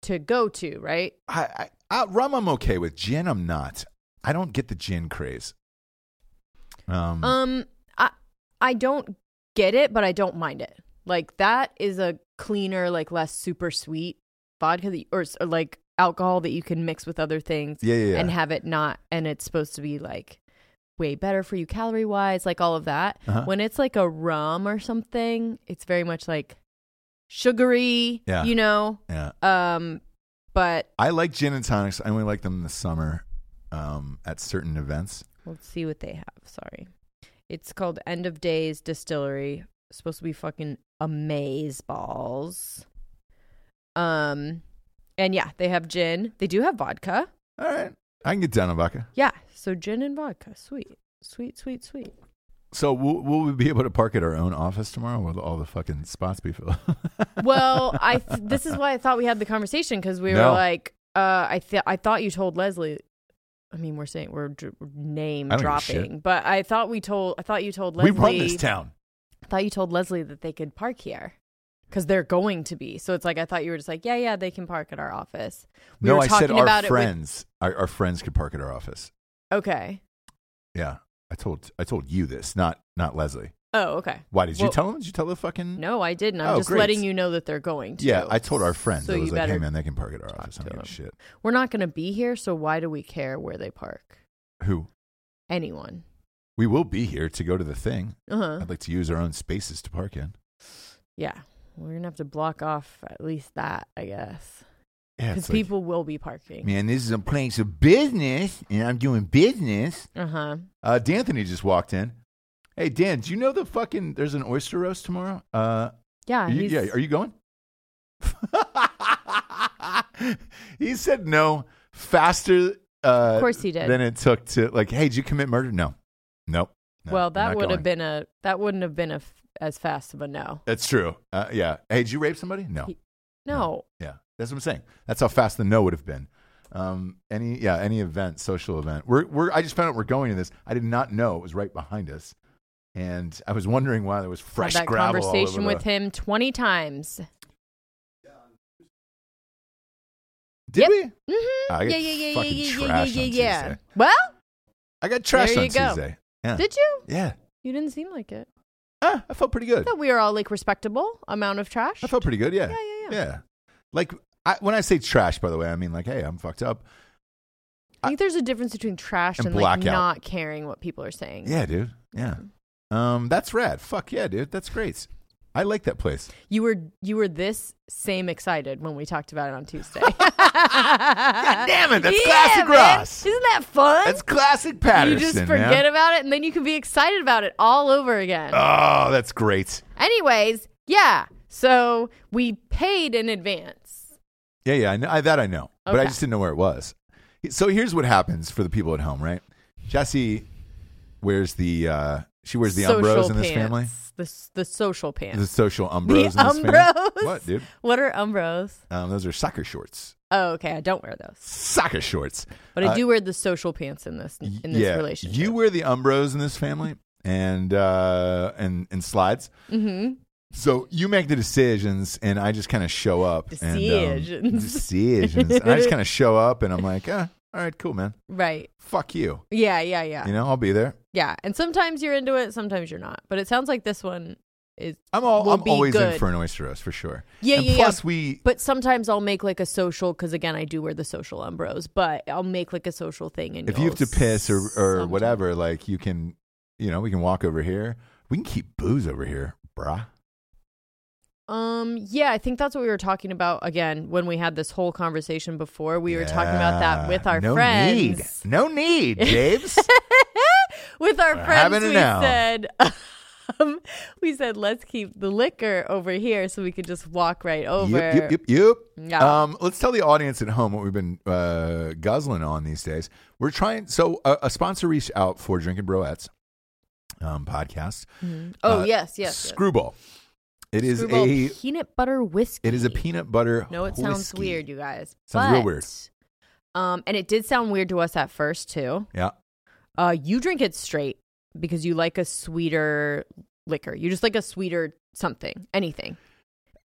[SPEAKER 2] to go to, right?
[SPEAKER 3] I, I, I rum I'm okay with. Gin I'm not. I don't get the gin craze. Um,
[SPEAKER 2] Um, I I don't get it, but I don't mind it. Like that is a cleaner, like less super sweet vodka that, or, s- or like alcohol that you can mix with other things.
[SPEAKER 3] Yeah, yeah, yeah.
[SPEAKER 2] and have it not, and it's supposed to be like way better for you calorie wise, like all of that.
[SPEAKER 3] Uh-huh.
[SPEAKER 2] When it's like a rum or something, it's very much like sugary,
[SPEAKER 3] Yeah.
[SPEAKER 2] you know.
[SPEAKER 3] yeah.
[SPEAKER 2] Um, but
[SPEAKER 3] I like gin and tonics. I only like them in the summer um, at certain events.
[SPEAKER 2] Let's see what they have. Sorry. It's called End of Days Distillery. supposed to be fucking amaze balls. Um and yeah, they have gin. They do have vodka.
[SPEAKER 3] All right. I can get down on vodka.
[SPEAKER 2] Yeah, so gin and vodka. Sweet. Sweet, sweet, sweet.
[SPEAKER 3] So will, will we be able to park at our own office tomorrow? Will all the fucking spots be filled?
[SPEAKER 2] Well, I th- this is why I thought we had the conversation cuz we
[SPEAKER 3] No.
[SPEAKER 2] were like uh I th- I thought you told Leslie I mean, we're saying we're dr- name
[SPEAKER 3] I don't give a shit.
[SPEAKER 2] dropping, but I thought we told I thought you told
[SPEAKER 3] we
[SPEAKER 2] Leslie
[SPEAKER 3] run this town.
[SPEAKER 2] I thought you told Leslie that they could park here because they're going to be. So it's like I thought you were just like, yeah, yeah, they can park at our office. We
[SPEAKER 3] no,
[SPEAKER 2] were
[SPEAKER 3] I said
[SPEAKER 2] talking
[SPEAKER 3] our
[SPEAKER 2] about it with-
[SPEAKER 3] friends. Our, our friends could park at our office.
[SPEAKER 2] Okay.
[SPEAKER 3] Yeah, I told I told you this, not not Leslie.
[SPEAKER 2] Oh, okay.
[SPEAKER 3] Why did you
[SPEAKER 2] Well-
[SPEAKER 3] tell them? Did you tell the fucking?
[SPEAKER 2] No, I didn't. I'm
[SPEAKER 3] Oh,
[SPEAKER 2] just
[SPEAKER 3] great.
[SPEAKER 2] letting you know that they're going to.
[SPEAKER 3] Yeah, I told our friends.
[SPEAKER 2] So
[SPEAKER 3] I
[SPEAKER 2] you
[SPEAKER 3] was like,
[SPEAKER 2] better.
[SPEAKER 3] hey man, they can park at our
[SPEAKER 2] talk
[SPEAKER 3] office. I
[SPEAKER 2] to
[SPEAKER 3] don't give a
[SPEAKER 2] them.
[SPEAKER 3] shit.
[SPEAKER 2] We're not going to be here, so why do we care where they park?
[SPEAKER 3] Who?
[SPEAKER 2] Anyone.
[SPEAKER 3] We will be here to go to the thing.
[SPEAKER 2] Uh huh.
[SPEAKER 3] I'd like to use our own spaces to park in.
[SPEAKER 2] Yeah. We're going to have to block off at least that, I guess.
[SPEAKER 3] Yeah,
[SPEAKER 2] Because
[SPEAKER 3] it's like,
[SPEAKER 2] people will be parking.
[SPEAKER 3] Man, this is a place of business, and I'm doing business.
[SPEAKER 2] Uh huh.
[SPEAKER 3] Uh, D'Anthony just walked in. Hey Dan, do you know the fucking there's an oyster roast tomorrow? Uh,
[SPEAKER 2] Yeah,
[SPEAKER 3] are you,
[SPEAKER 2] he's-
[SPEAKER 3] yeah, are you going? he said no faster. Uh,
[SPEAKER 2] Of course he did.
[SPEAKER 3] Than it took to like, hey, did you commit murder? No, nope. No,
[SPEAKER 2] well,
[SPEAKER 3] I'm
[SPEAKER 2] that
[SPEAKER 3] not
[SPEAKER 2] would have
[SPEAKER 3] going.
[SPEAKER 2] been a that wouldn't have been a f- as fast of a no.
[SPEAKER 3] That's true. Uh, yeah. Hey, did you rape somebody? No.
[SPEAKER 2] He-
[SPEAKER 3] No.
[SPEAKER 2] No,
[SPEAKER 3] Yeah, that's what I'm saying. That's how fast the no would have been. Um, any yeah, any event, social event. We're we're. I just found out we're going to this. I did not know it was right behind us, and I was wondering why there was fresh
[SPEAKER 2] had that
[SPEAKER 3] gravel. all over
[SPEAKER 2] conversation with
[SPEAKER 3] the-
[SPEAKER 2] him twenty times.
[SPEAKER 3] Did
[SPEAKER 2] Yep.
[SPEAKER 3] we?
[SPEAKER 2] Mm-hmm.
[SPEAKER 3] I got
[SPEAKER 2] yeah, yeah, yeah,
[SPEAKER 3] fucking
[SPEAKER 2] yeah, yeah,
[SPEAKER 3] trashed
[SPEAKER 2] yeah, yeah,
[SPEAKER 3] on
[SPEAKER 2] yeah, yeah.
[SPEAKER 3] Tuesday.
[SPEAKER 2] Well,
[SPEAKER 3] I got trashed
[SPEAKER 2] There
[SPEAKER 3] on
[SPEAKER 2] you go.
[SPEAKER 3] Tuesday. Yeah.
[SPEAKER 2] did you?
[SPEAKER 3] yeah.
[SPEAKER 2] You didn't seem like it.
[SPEAKER 3] Ah, I felt pretty good.
[SPEAKER 2] I thought we were all like respectable amount of trash.
[SPEAKER 3] I felt pretty good. Yeah.
[SPEAKER 2] Yeah, yeah, yeah.
[SPEAKER 3] Like I, when I say trash, by the way, I mean like, hey, I'm fucked up.
[SPEAKER 2] I think there's a difference between trash
[SPEAKER 3] And
[SPEAKER 2] and, like
[SPEAKER 3] blackout.
[SPEAKER 2] not caring what people are saying.
[SPEAKER 3] Yeah, dude. Yeah.
[SPEAKER 2] Mm-hmm.
[SPEAKER 3] Um, that's rad. Fuck yeah, dude. That's great. I like that place.
[SPEAKER 2] You were you were this same excited when we talked about it on Tuesday.
[SPEAKER 3] damn it, that's
[SPEAKER 2] Uh, Yeah,
[SPEAKER 3] classic
[SPEAKER 2] man.
[SPEAKER 3] Ross.
[SPEAKER 2] Isn't that fun?
[SPEAKER 3] That's classic Patterson.
[SPEAKER 2] you just
[SPEAKER 3] man.
[SPEAKER 2] forget about it and then you can be excited about it all over again.
[SPEAKER 3] Oh, that's great.
[SPEAKER 2] Anyways, yeah. So we paid in advance.
[SPEAKER 3] Yeah, yeah, I know, I, that I know, but I
[SPEAKER 2] Okay.
[SPEAKER 3] just didn't know where it was. So here's what happens for the people at home, right? Jesse wears the uh, she wears the umbros in this family,
[SPEAKER 2] The, s- the social
[SPEAKER 3] the
[SPEAKER 2] pants.
[SPEAKER 3] social umbros.
[SPEAKER 2] the
[SPEAKER 3] in this family.
[SPEAKER 2] umbros.
[SPEAKER 3] What, dude?
[SPEAKER 2] What are umbros?
[SPEAKER 3] Um, those are soccer shorts.
[SPEAKER 2] Oh, okay. I don't wear those.
[SPEAKER 3] Soccer shorts.
[SPEAKER 2] But I
[SPEAKER 3] Uh,
[SPEAKER 2] do wear the social pants in this in this
[SPEAKER 3] yeah,
[SPEAKER 2] relationship.
[SPEAKER 3] you wear the umbros in this family, and uh, and and slides.
[SPEAKER 2] mm-hmm.
[SPEAKER 3] So you make the decisions, and I just kind of show up. And, um,
[SPEAKER 2] Decisions.
[SPEAKER 3] decisions. and I just kind of show up, and I'm like, ah, all right, cool, man.
[SPEAKER 2] Right.
[SPEAKER 3] Fuck you.
[SPEAKER 2] Yeah, yeah, yeah.
[SPEAKER 3] You know, I'll be there.
[SPEAKER 2] Yeah. And sometimes you're into it, sometimes you're not. But it sounds like this one is
[SPEAKER 3] I'm all.
[SPEAKER 2] will
[SPEAKER 3] I'm
[SPEAKER 2] be
[SPEAKER 3] always
[SPEAKER 2] good.
[SPEAKER 3] in for an oyster roast for sure.
[SPEAKER 2] Yeah,
[SPEAKER 3] and
[SPEAKER 2] yeah, yeah.
[SPEAKER 3] Plus, we.
[SPEAKER 2] But sometimes I'll make like a social because again I do wear the social umbros, but I'll make like a social thing and
[SPEAKER 3] If you have to
[SPEAKER 2] you'll
[SPEAKER 3] piss or or
[SPEAKER 2] sometime-
[SPEAKER 3] whatever, like you can, you know, we can walk over here. We can keep booze over here, brah.
[SPEAKER 2] Um yeah, I think that's what we were talking about again when we had this whole conversation before. We were talking about that
[SPEAKER 3] Yeah.
[SPEAKER 2] with our
[SPEAKER 3] no
[SPEAKER 2] friends.
[SPEAKER 3] Need. No need, James.
[SPEAKER 2] With our
[SPEAKER 3] We're having
[SPEAKER 2] friends
[SPEAKER 3] it
[SPEAKER 2] we
[SPEAKER 3] now.
[SPEAKER 2] said um, we said let's keep the liquor over here so we could just walk right over.
[SPEAKER 3] Yep, yep, yep, yep.
[SPEAKER 2] Yeah.
[SPEAKER 3] Um, let's tell the audience at home what we've been uh, guzzling on these days. We're trying. So a, a sponsor reached out for Drinking Broettes um, podcast.
[SPEAKER 2] Oh
[SPEAKER 3] Uh,
[SPEAKER 2] yes, yes. yes.
[SPEAKER 3] Screwball. It is
[SPEAKER 2] Screwball
[SPEAKER 3] a.
[SPEAKER 2] peanut butter whiskey.
[SPEAKER 3] It is a peanut butter.
[SPEAKER 2] No, it sounds
[SPEAKER 3] whiskey.
[SPEAKER 2] weird, you guys.
[SPEAKER 3] Sounds real weird.
[SPEAKER 2] but, Um, and it did sound weird to us at first too.
[SPEAKER 3] Yeah.
[SPEAKER 2] Uh, you drink it straight because you like a sweeter liquor. You just like a sweeter something, anything.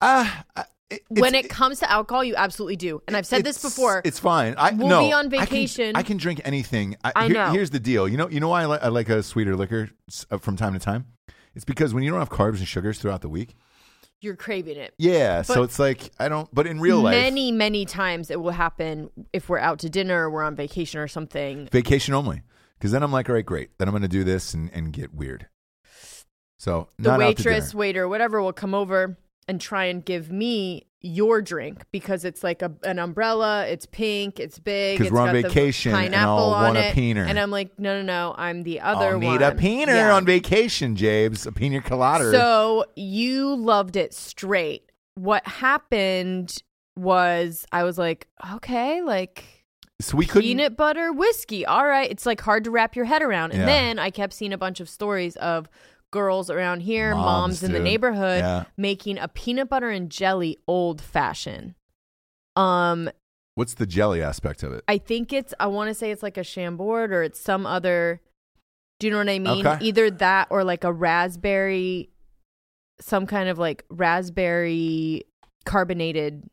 [SPEAKER 3] Ah, I- it- it's-
[SPEAKER 2] when it comes to alcohol, you absolutely do. And I've said this
[SPEAKER 3] it's-
[SPEAKER 2] before.
[SPEAKER 3] It's fine. I
[SPEAKER 2] We'll
[SPEAKER 3] no,
[SPEAKER 2] be on
[SPEAKER 3] I can- I
[SPEAKER 2] vacation.
[SPEAKER 3] can, drink anything.
[SPEAKER 2] I know.
[SPEAKER 3] Here's the deal. You know. You know why I, li- I like a sweeter liquor s- uh, from time to time. It's because when you don't have carbs and sugars throughout the week.
[SPEAKER 2] you're craving it.
[SPEAKER 3] Yeah. so
[SPEAKER 2] But-
[SPEAKER 3] it's like I don't. But in real life,
[SPEAKER 2] many, many times it will happen if we're out to dinner or we're on vacation or something.
[SPEAKER 3] vacation only. Because then I'm like, all right, great. Then I'm going to do this and, and get weird. So
[SPEAKER 2] The
[SPEAKER 3] not out to
[SPEAKER 2] waitress,
[SPEAKER 3] dinner.
[SPEAKER 2] waiter, whatever will come over and try and give me your drink because it's like a, an umbrella. It's pink. It's big.
[SPEAKER 3] 'Cause
[SPEAKER 2] it's
[SPEAKER 3] we're on
[SPEAKER 2] got the
[SPEAKER 3] vacation and
[SPEAKER 2] pineapple
[SPEAKER 3] I'll
[SPEAKER 2] on
[SPEAKER 3] want a
[SPEAKER 2] it.
[SPEAKER 3] peener.
[SPEAKER 2] And I'm like, no, no, no. I'm the other
[SPEAKER 3] I'll
[SPEAKER 2] one.
[SPEAKER 3] need a peener
[SPEAKER 2] Yeah.
[SPEAKER 3] on vacation, Jabes. A pina colada.
[SPEAKER 2] So you loved it straight. What happened was I was like, okay, like
[SPEAKER 3] So we couldn't.
[SPEAKER 2] peanut butter whiskey. All right, it's like hard to wrap your head around. And
[SPEAKER 3] Yeah.
[SPEAKER 2] then I kept seeing a bunch of stories of girls around here,
[SPEAKER 3] Moms,
[SPEAKER 2] moms, in the
[SPEAKER 3] dude.
[SPEAKER 2] neighborhood
[SPEAKER 3] Yeah.
[SPEAKER 2] making a peanut butter and jelly old fashioned. Um,
[SPEAKER 3] What's the jelly aspect of it?
[SPEAKER 2] I think it's I want to say it's like a Chambord or it's some other. Do you know what I mean?
[SPEAKER 3] Okay.
[SPEAKER 2] Either that or like a raspberry, some kind of like raspberry carbonated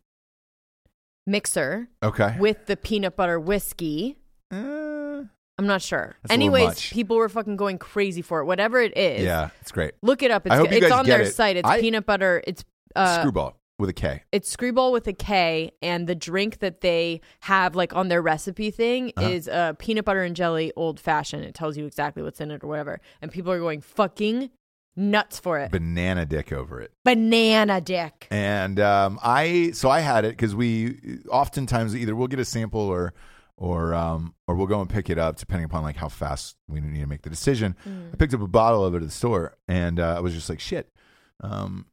[SPEAKER 2] mixer
[SPEAKER 3] Okay.
[SPEAKER 2] with the peanut butter whiskey.
[SPEAKER 3] Uh,
[SPEAKER 2] I'm not sure.
[SPEAKER 3] That's a little
[SPEAKER 2] Anyways,
[SPEAKER 3] much.
[SPEAKER 2] people were fucking going crazy for it. Whatever it is,
[SPEAKER 3] yeah, it's great.
[SPEAKER 2] Look it up.
[SPEAKER 3] I
[SPEAKER 2] It's,
[SPEAKER 3] hope you
[SPEAKER 2] it's
[SPEAKER 3] guys
[SPEAKER 2] on
[SPEAKER 3] get
[SPEAKER 2] their
[SPEAKER 3] it.
[SPEAKER 2] site. It's
[SPEAKER 3] I-
[SPEAKER 2] peanut butter. It's uh,
[SPEAKER 3] Screwball with a K.
[SPEAKER 2] it's screwball with a K, and the drink that they have like on their recipe thing
[SPEAKER 3] Uh-huh.
[SPEAKER 2] is uh, peanut butter and jelly old fashioned. It tells you exactly what's in it or whatever, and people are going fucking nuts for it.
[SPEAKER 3] Banana dick over it.
[SPEAKER 2] Banana dick.
[SPEAKER 3] And um, I, so I had it because we oftentimes either we'll get a sample or or um, or we'll go and pick it up depending upon like how fast we need to make the decision.
[SPEAKER 2] Mm.
[SPEAKER 3] I picked up a bottle of it at the store, and uh, I was just like, shit. Um,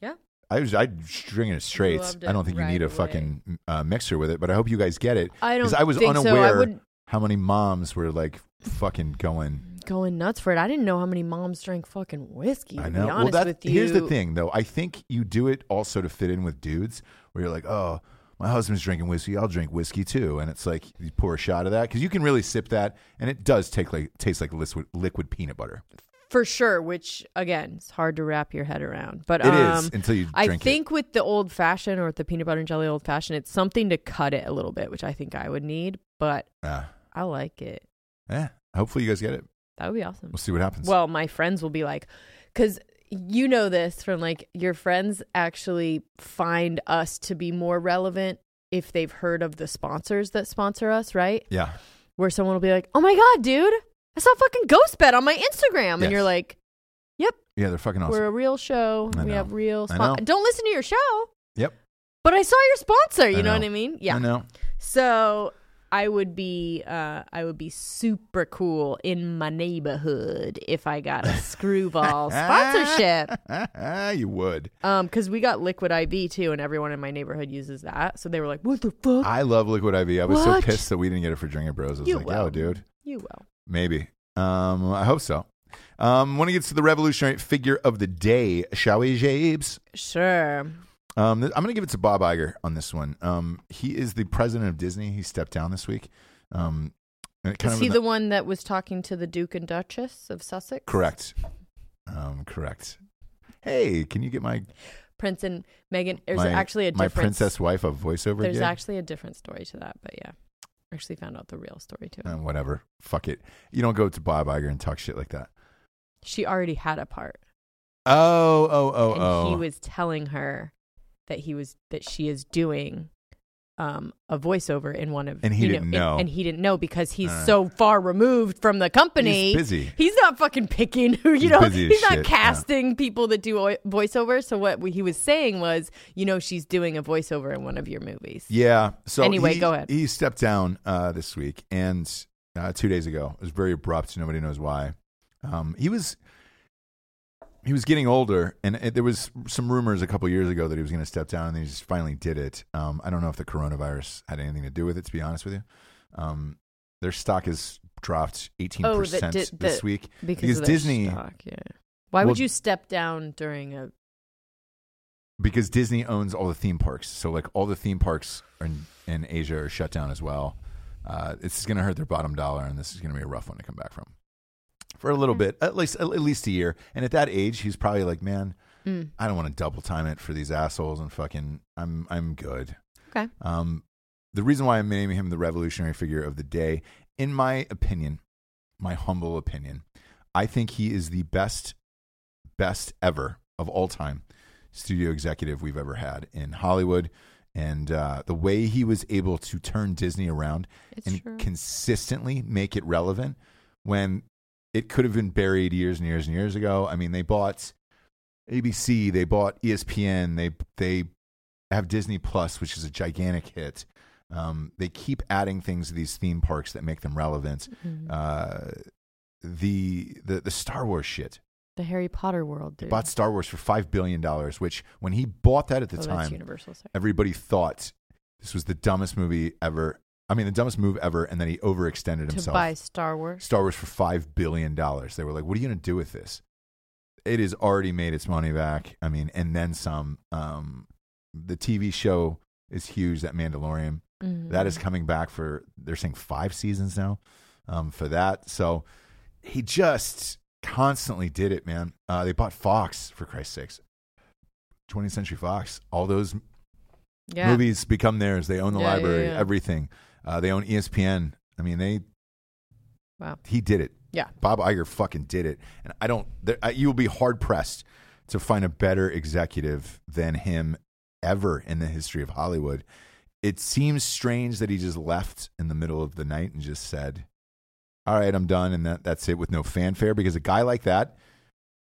[SPEAKER 2] Yeah.
[SPEAKER 3] I was I was drinking it straight.
[SPEAKER 2] Loved
[SPEAKER 3] I
[SPEAKER 2] it
[SPEAKER 3] don't think you
[SPEAKER 2] right
[SPEAKER 3] need a
[SPEAKER 2] away.
[SPEAKER 3] fucking uh, mixer with it, but I hope you guys get it.
[SPEAKER 2] I
[SPEAKER 3] 'Cause
[SPEAKER 2] don't
[SPEAKER 3] I was
[SPEAKER 2] think so. I
[SPEAKER 3] unaware
[SPEAKER 2] would-
[SPEAKER 3] how many moms were like fucking going.
[SPEAKER 2] Going nuts for it. I didn't know how many moms drank fucking whiskey. To
[SPEAKER 3] I know.
[SPEAKER 2] Be honest
[SPEAKER 3] well, that
[SPEAKER 2] with you.
[SPEAKER 3] here's the thing, though. I think you do it also to fit in with dudes, where you're like, oh, my husband's drinking whiskey, I'll drink whiskey too, and it's like you pour a shot of that because you can really sip that, and it does take like taste like liquid, liquid peanut butter.
[SPEAKER 2] for sure. Which again, it's hard to wrap your head around. But
[SPEAKER 3] It
[SPEAKER 2] um,
[SPEAKER 3] is, until you
[SPEAKER 2] I
[SPEAKER 3] drink it.
[SPEAKER 2] think with the old fashioned or with the peanut butter and jelly old fashioned, it's something to cut it a little bit, which I think I would need. But
[SPEAKER 3] Uh,
[SPEAKER 2] I like it.
[SPEAKER 3] yeah. Hopefully, you guys get it.
[SPEAKER 2] That would be awesome.
[SPEAKER 3] We'll see what happens.
[SPEAKER 2] Well, my friends will be like, because you know this from like your friends actually find us to be more relevant if they've heard of the sponsors that sponsor us, right?
[SPEAKER 3] yeah.
[SPEAKER 2] Where someone will be like, oh my God, dude, I saw fucking Ghost Bed on my Instagram.
[SPEAKER 3] Yes.
[SPEAKER 2] And you're like, yep,
[SPEAKER 3] Yeah, they're fucking awesome.
[SPEAKER 2] we're a real show.
[SPEAKER 3] I
[SPEAKER 2] We
[SPEAKER 3] know.
[SPEAKER 2] have real
[SPEAKER 3] I
[SPEAKER 2] sponsors.
[SPEAKER 3] know.
[SPEAKER 2] Don't listen to your show,
[SPEAKER 3] yep.
[SPEAKER 2] but I saw your sponsor. You
[SPEAKER 3] I
[SPEAKER 2] know.
[SPEAKER 3] know.
[SPEAKER 2] what I mean? Yeah.
[SPEAKER 3] I know.
[SPEAKER 2] So I would be uh, I would be super cool in my neighborhood if I got a screwball sponsorship.
[SPEAKER 3] you would.
[SPEAKER 2] Um, because we got Liquid IV too, and everyone in my neighborhood uses that. So they were like, "What the fuck?
[SPEAKER 3] I love liquid IV. I was
[SPEAKER 2] What?
[SPEAKER 3] so pissed that we didn't get it for Drinking Bros. I was
[SPEAKER 2] You
[SPEAKER 3] like,
[SPEAKER 2] will.
[SPEAKER 3] yo, dude.
[SPEAKER 2] You will."
[SPEAKER 3] Maybe. Um, I hope so. Um, when it gets to the revolutionary figure of the day, shall we, Jabes?
[SPEAKER 2] Sure.
[SPEAKER 3] Um, th- I'm going to give it to Bob Iger on this one. Um, he is the president of Disney. He stepped down this week. Um, and it kind
[SPEAKER 2] Is
[SPEAKER 3] of
[SPEAKER 2] he the one that was talking to the Duke and Duchess of Sussex?
[SPEAKER 3] correct? Um, correct. Hey, can you get my
[SPEAKER 2] Prince and Megan. There's
[SPEAKER 3] my,
[SPEAKER 2] actually a
[SPEAKER 3] my
[SPEAKER 2] difference.
[SPEAKER 3] princess wife a voiceover?
[SPEAKER 2] There's
[SPEAKER 3] gig?
[SPEAKER 2] actually a different story to that, but yeah, actually found out the real story too.
[SPEAKER 3] Uh, whatever. Fuck it. You don't go to Bob Iger and talk shit like that.
[SPEAKER 2] She already had a part.
[SPEAKER 3] Oh, oh, oh,
[SPEAKER 2] and
[SPEAKER 3] oh.
[SPEAKER 2] he was telling her that he was that she is doing um a voiceover in one of
[SPEAKER 3] And he
[SPEAKER 2] you
[SPEAKER 3] didn't
[SPEAKER 2] and-
[SPEAKER 3] know.
[SPEAKER 2] and, he didn't know because he's
[SPEAKER 3] Uh.
[SPEAKER 2] so far removed from the company
[SPEAKER 3] He's busy.
[SPEAKER 2] he's not fucking picking who you
[SPEAKER 3] He's
[SPEAKER 2] know
[SPEAKER 3] busy as
[SPEAKER 2] he's not
[SPEAKER 3] shit, yeah.
[SPEAKER 2] casting people that do oi- voiceover so what he was saying was you know she's doing a voiceover in one of your movies
[SPEAKER 3] Yeah. So
[SPEAKER 2] Anyway,
[SPEAKER 3] he-
[SPEAKER 2] go ahead.
[SPEAKER 3] He stepped down uh, this week and uh, two days ago. It was very abrupt. Nobody knows why. Um, he was he was getting older, and it, there was some rumors a couple years ago that he was going to step down, and he just finally did it. Um, I don't know if the coronavirus had anything to do with it. To be honest with you, um, their stock has dropped eighteen
[SPEAKER 2] Oh, that
[SPEAKER 3] percent
[SPEAKER 2] di-
[SPEAKER 3] this
[SPEAKER 2] that-
[SPEAKER 3] week
[SPEAKER 2] because,
[SPEAKER 3] because
[SPEAKER 2] of their
[SPEAKER 3] Disney
[SPEAKER 2] stock, yeah why
[SPEAKER 3] Well-
[SPEAKER 2] would you step down during a
[SPEAKER 3] because Disney owns all the theme parks. So like all the theme parks are in, in Asia are shut down as well. Uh, this is going to hurt their bottom dollar, and this is going to be a rough one to come back from for a little bit, at least at least a year. And at that age, he's probably like, man,
[SPEAKER 2] Mm.
[SPEAKER 3] I don't want to double time it for these assholes and fucking. I'm I'm good.
[SPEAKER 2] okay
[SPEAKER 3] Um, the reason why I'm naming him the revolutionary figure of the day, in my opinion, my humble opinion, I think he is the best, best ever of all time studio executive we've ever had in Hollywood. And uh, the way he was able to turn Disney around
[SPEAKER 2] It's
[SPEAKER 3] and
[SPEAKER 2] true.
[SPEAKER 3] consistently make it relevant when it could have been buried years and years and years ago. I mean, they bought ABC, they bought E ESPN, they they have Disney Plus, which is a gigantic hit. Um, they keep adding things to these theme parks that make them relevant.
[SPEAKER 2] Mm-hmm. Mm.
[SPEAKER 3] Uh, the the the Star Wars shit
[SPEAKER 2] the harry potter world dude
[SPEAKER 3] bought Star Wars for five billion dollars, which when he bought that at the
[SPEAKER 2] oh, that's
[SPEAKER 3] time,
[SPEAKER 2] universal sorry.
[SPEAKER 3] everybody thought this was the dumbest movie ever. I mean, the dumbest move ever, and then he overextended
[SPEAKER 2] to
[SPEAKER 3] himself.
[SPEAKER 2] buy Star Wars.
[SPEAKER 3] Star Wars for five billion dollars. They were like, "What are you going to do with this?" It has already made its money back. I mean, and then some. Um, the TV show is huge. That Mandalorian That
[SPEAKER 2] Mm-hmm.
[SPEAKER 3] is coming back for they're saying five seasons now um, for that. So he just constantly did it, man. Uh, they bought Fox for Christ's sakes. 20th Century Fox. All those
[SPEAKER 2] Mm-hmm. yeah.
[SPEAKER 3] movies become theirs. They own the
[SPEAKER 2] Yeah, yeah,
[SPEAKER 3] library,
[SPEAKER 2] yeah.
[SPEAKER 3] everything. Uh, they own ESPN. I mean, they
[SPEAKER 2] Wow.
[SPEAKER 3] he did it.
[SPEAKER 2] Yeah.
[SPEAKER 3] Bob Iger fucking did it. And I don't, there, I, you'll be hard pressed to find a better executive than him ever in the history of Hollywood. It seems strange that he just left in the middle of the night and just said, All right, I'm done. And that, that's it with no fanfare because a guy like that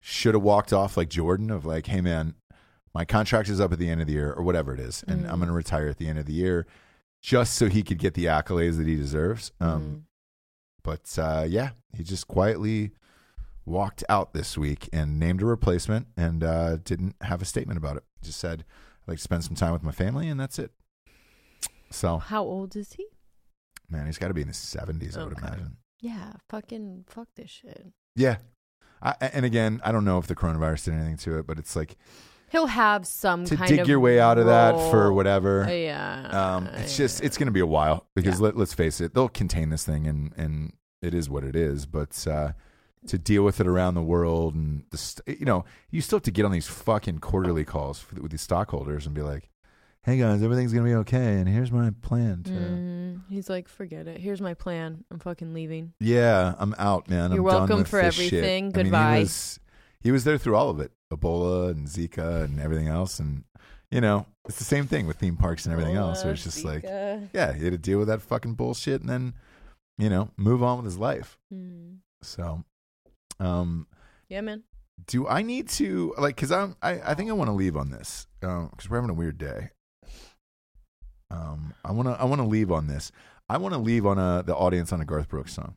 [SPEAKER 3] should have walked off like Jordan of like, Hey, man, my contract is up at the end of the year or whatever it is. And I'm going to retire at the end of the year. just so he could get the accolades that he deserves.
[SPEAKER 2] Mm. Mm-hmm.
[SPEAKER 3] Um, But uh, yeah, he just quietly walked out this week and named a replacement and uh, didn't have a statement about it. Just said, I'd like to spend some time with my family, and that's it. So,
[SPEAKER 2] How old is he?
[SPEAKER 3] man, he's got to be in his 70s, I would
[SPEAKER 2] Okay.
[SPEAKER 3] imagine.
[SPEAKER 2] Yeah, fucking fuck this shit.
[SPEAKER 3] Yeah. I, and again, I don't know if the coronavirus did anything to it, but it's like
[SPEAKER 2] He'll have some
[SPEAKER 3] to
[SPEAKER 2] kind
[SPEAKER 3] dig
[SPEAKER 2] of
[SPEAKER 3] your way out of that for
[SPEAKER 2] role. Uh,
[SPEAKER 3] whatever.
[SPEAKER 2] Yeah.
[SPEAKER 3] Um, it's just it's going to be a while because let, let's face it, they'll contain this thing, and and it is what it is. But uh, to deal with it around the world, and the st- you know, you still have to get on these fucking quarterly calls for, with these stockholders and be like, "Hey guys, everything's going to be okay, and here's my plan to."
[SPEAKER 2] Mhm. He's like, forget it. Here's my plan. I'm fucking leaving.
[SPEAKER 3] Yeah, I'm out, man.
[SPEAKER 2] You're
[SPEAKER 3] I'm done
[SPEAKER 2] welcome
[SPEAKER 3] with
[SPEAKER 2] for
[SPEAKER 3] this shit."
[SPEAKER 2] everything.
[SPEAKER 3] I mean,
[SPEAKER 2] Goodbye.
[SPEAKER 3] he, was, he was there through all of it, Ebola and Zika and everything else, and you know, it's the same thing with theme parks and everything else. Where it's just like. yeah, he had to deal with that fucking bullshit and then, you know, move on with his life.
[SPEAKER 2] Mhm.
[SPEAKER 3] So, um,
[SPEAKER 2] Yeah, man.
[SPEAKER 3] do I need to like? Because I'm, I, I think I want to leave on this because we're having a weird day. Um, I want to, I want to leave on this. I want to leave on a, the audience on a Garth Brooks song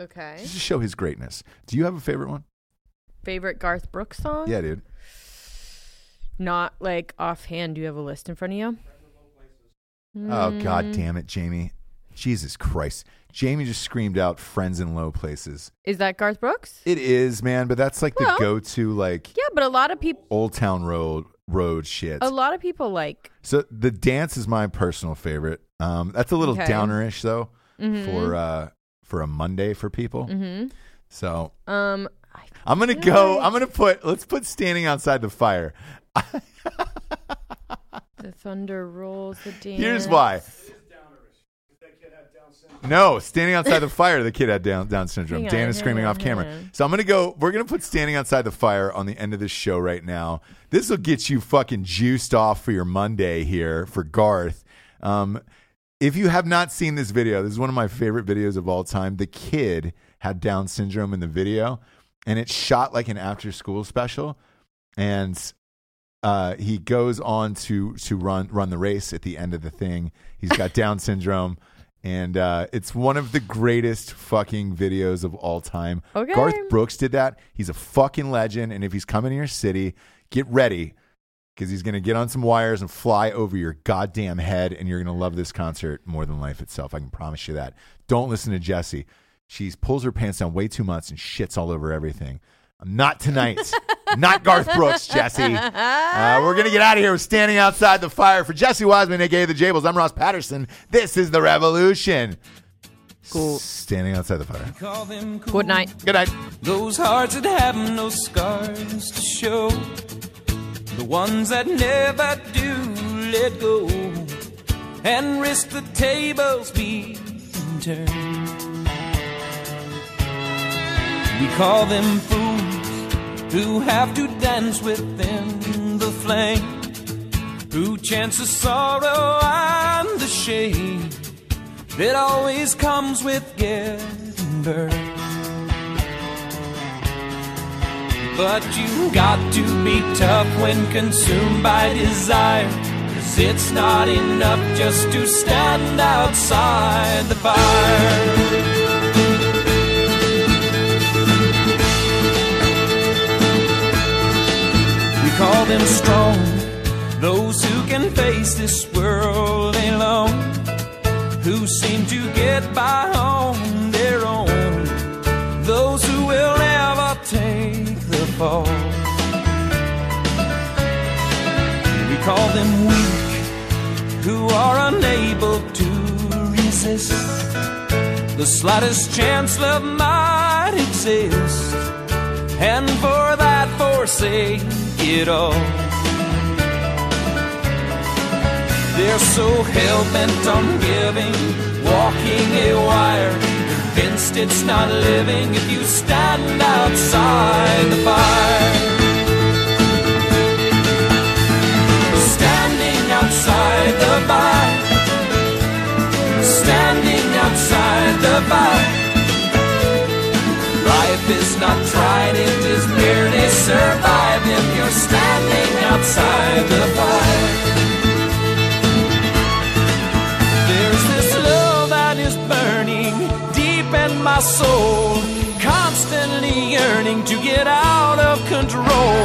[SPEAKER 2] Okay.
[SPEAKER 3] just to show his greatness. Do you have a favorite one?
[SPEAKER 2] Favorite Garth Brooks song?
[SPEAKER 3] Yeah, dude.
[SPEAKER 2] Not like offhand. Do you have a list in front of you?
[SPEAKER 3] Oh
[SPEAKER 2] Mm.
[SPEAKER 3] god damn it, Jamie! Jesus Christ! Jamie just screamed out "Friends in Low Places."
[SPEAKER 2] Is that Garth Brooks?
[SPEAKER 3] It is man, but that's like the
[SPEAKER 2] Well-
[SPEAKER 3] go-to like
[SPEAKER 2] Yeah, but a lot of people,
[SPEAKER 3] Old Town Road road shit.
[SPEAKER 2] a lot of people like.
[SPEAKER 3] so the dance is my personal favorite. Um, that's a little
[SPEAKER 2] Okay.
[SPEAKER 3] downerish though
[SPEAKER 2] Mhm.
[SPEAKER 3] for uh, for a Monday for people.
[SPEAKER 2] Mhm.
[SPEAKER 3] So
[SPEAKER 2] Um, I
[SPEAKER 3] I'm gonna
[SPEAKER 2] feel
[SPEAKER 3] go.
[SPEAKER 2] like
[SPEAKER 3] I'm gonna put. Let's put standing outside the fire.
[SPEAKER 2] The thunder rolls the dance.
[SPEAKER 3] Here's why. No, standing outside the fire. The kid had down, down syndrome.
[SPEAKER 2] Hang
[SPEAKER 3] Dan
[SPEAKER 2] on,
[SPEAKER 3] is screaming
[SPEAKER 2] hang
[SPEAKER 3] off
[SPEAKER 2] on,
[SPEAKER 3] camera.
[SPEAKER 2] hang on.
[SPEAKER 3] So I'm gonna go. We're gonna put standing outside the fire on the end of this show right now. This will get you fucking juiced off for your Monday here for Garth. Um, if you have not seen this video, this is one of my favorite videos of all time. The kid had Down syndrome in the video, and it's shot like an after-school special. And uh, he goes on to to run run the race at the end of the thing. He's got Down syndrome, and uh, it's one of the greatest fucking videos of all time.
[SPEAKER 2] Okay.
[SPEAKER 3] Garth Brooks did that. He's a fucking legend, and if he's coming to your city, get ready because he's gonna get on some wires and fly over your goddamn head, and you're gonna love this concert more than life itself. I can promise you that. Don't listen to Jesse. She pulls her pants down way too much and shits all over everything. Not tonight. Not Garth Brooks, Jesse. Uh, we're going to get out of here with Standing Outside the Fire. For Jesse Wiseman, aka The Jables, I'm Ross Patterson. This is The Revolution.
[SPEAKER 2] Cool.
[SPEAKER 3] Standing Outside the Fire.
[SPEAKER 5] Call them cool.
[SPEAKER 2] Good night.
[SPEAKER 3] Good night.
[SPEAKER 5] Those hearts that have no scars to show. The ones that never do let go and risk the tables being turned. We call them fools who have to dance within the flame. Who chance the sorrow and the shame that always comes with getting burned. But you got to be tough when consumed by desire. Cause it's not enough just to stand outside the fire. We call them strong, those who can face this world alone, who seem to get by on their own those who will never take the fall. We call them weak, who are unable to resist the slightest chance love might exist, and for that forsake it all. They're so hell bent on giving, walking a wire. Convinced it's not living if you stand outside the fire. Standing outside the fire. Standing outside the fire. Life is not tried, it is merely survived if you're standing outside the fire. They to get out of control,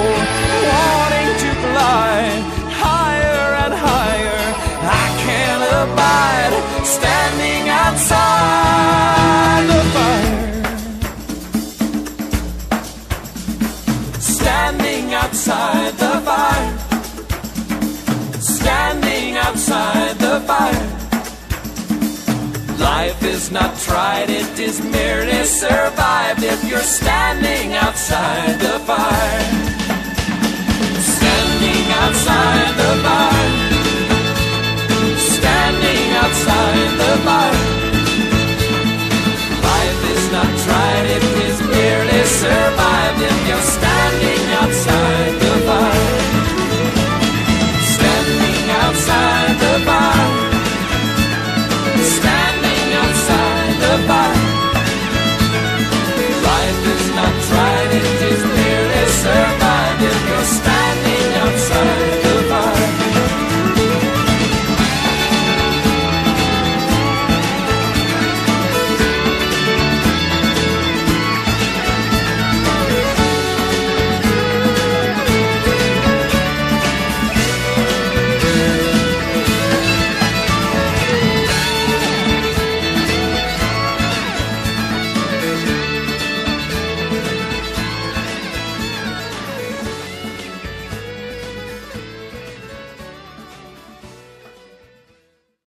[SPEAKER 5] wanting to fly higher and higher. I can't abide standing outside the fire, standing outside the fire, standing outside the fire. Life is not tried, it is merely survived if you're standing outside the fire. Standing outside the fire.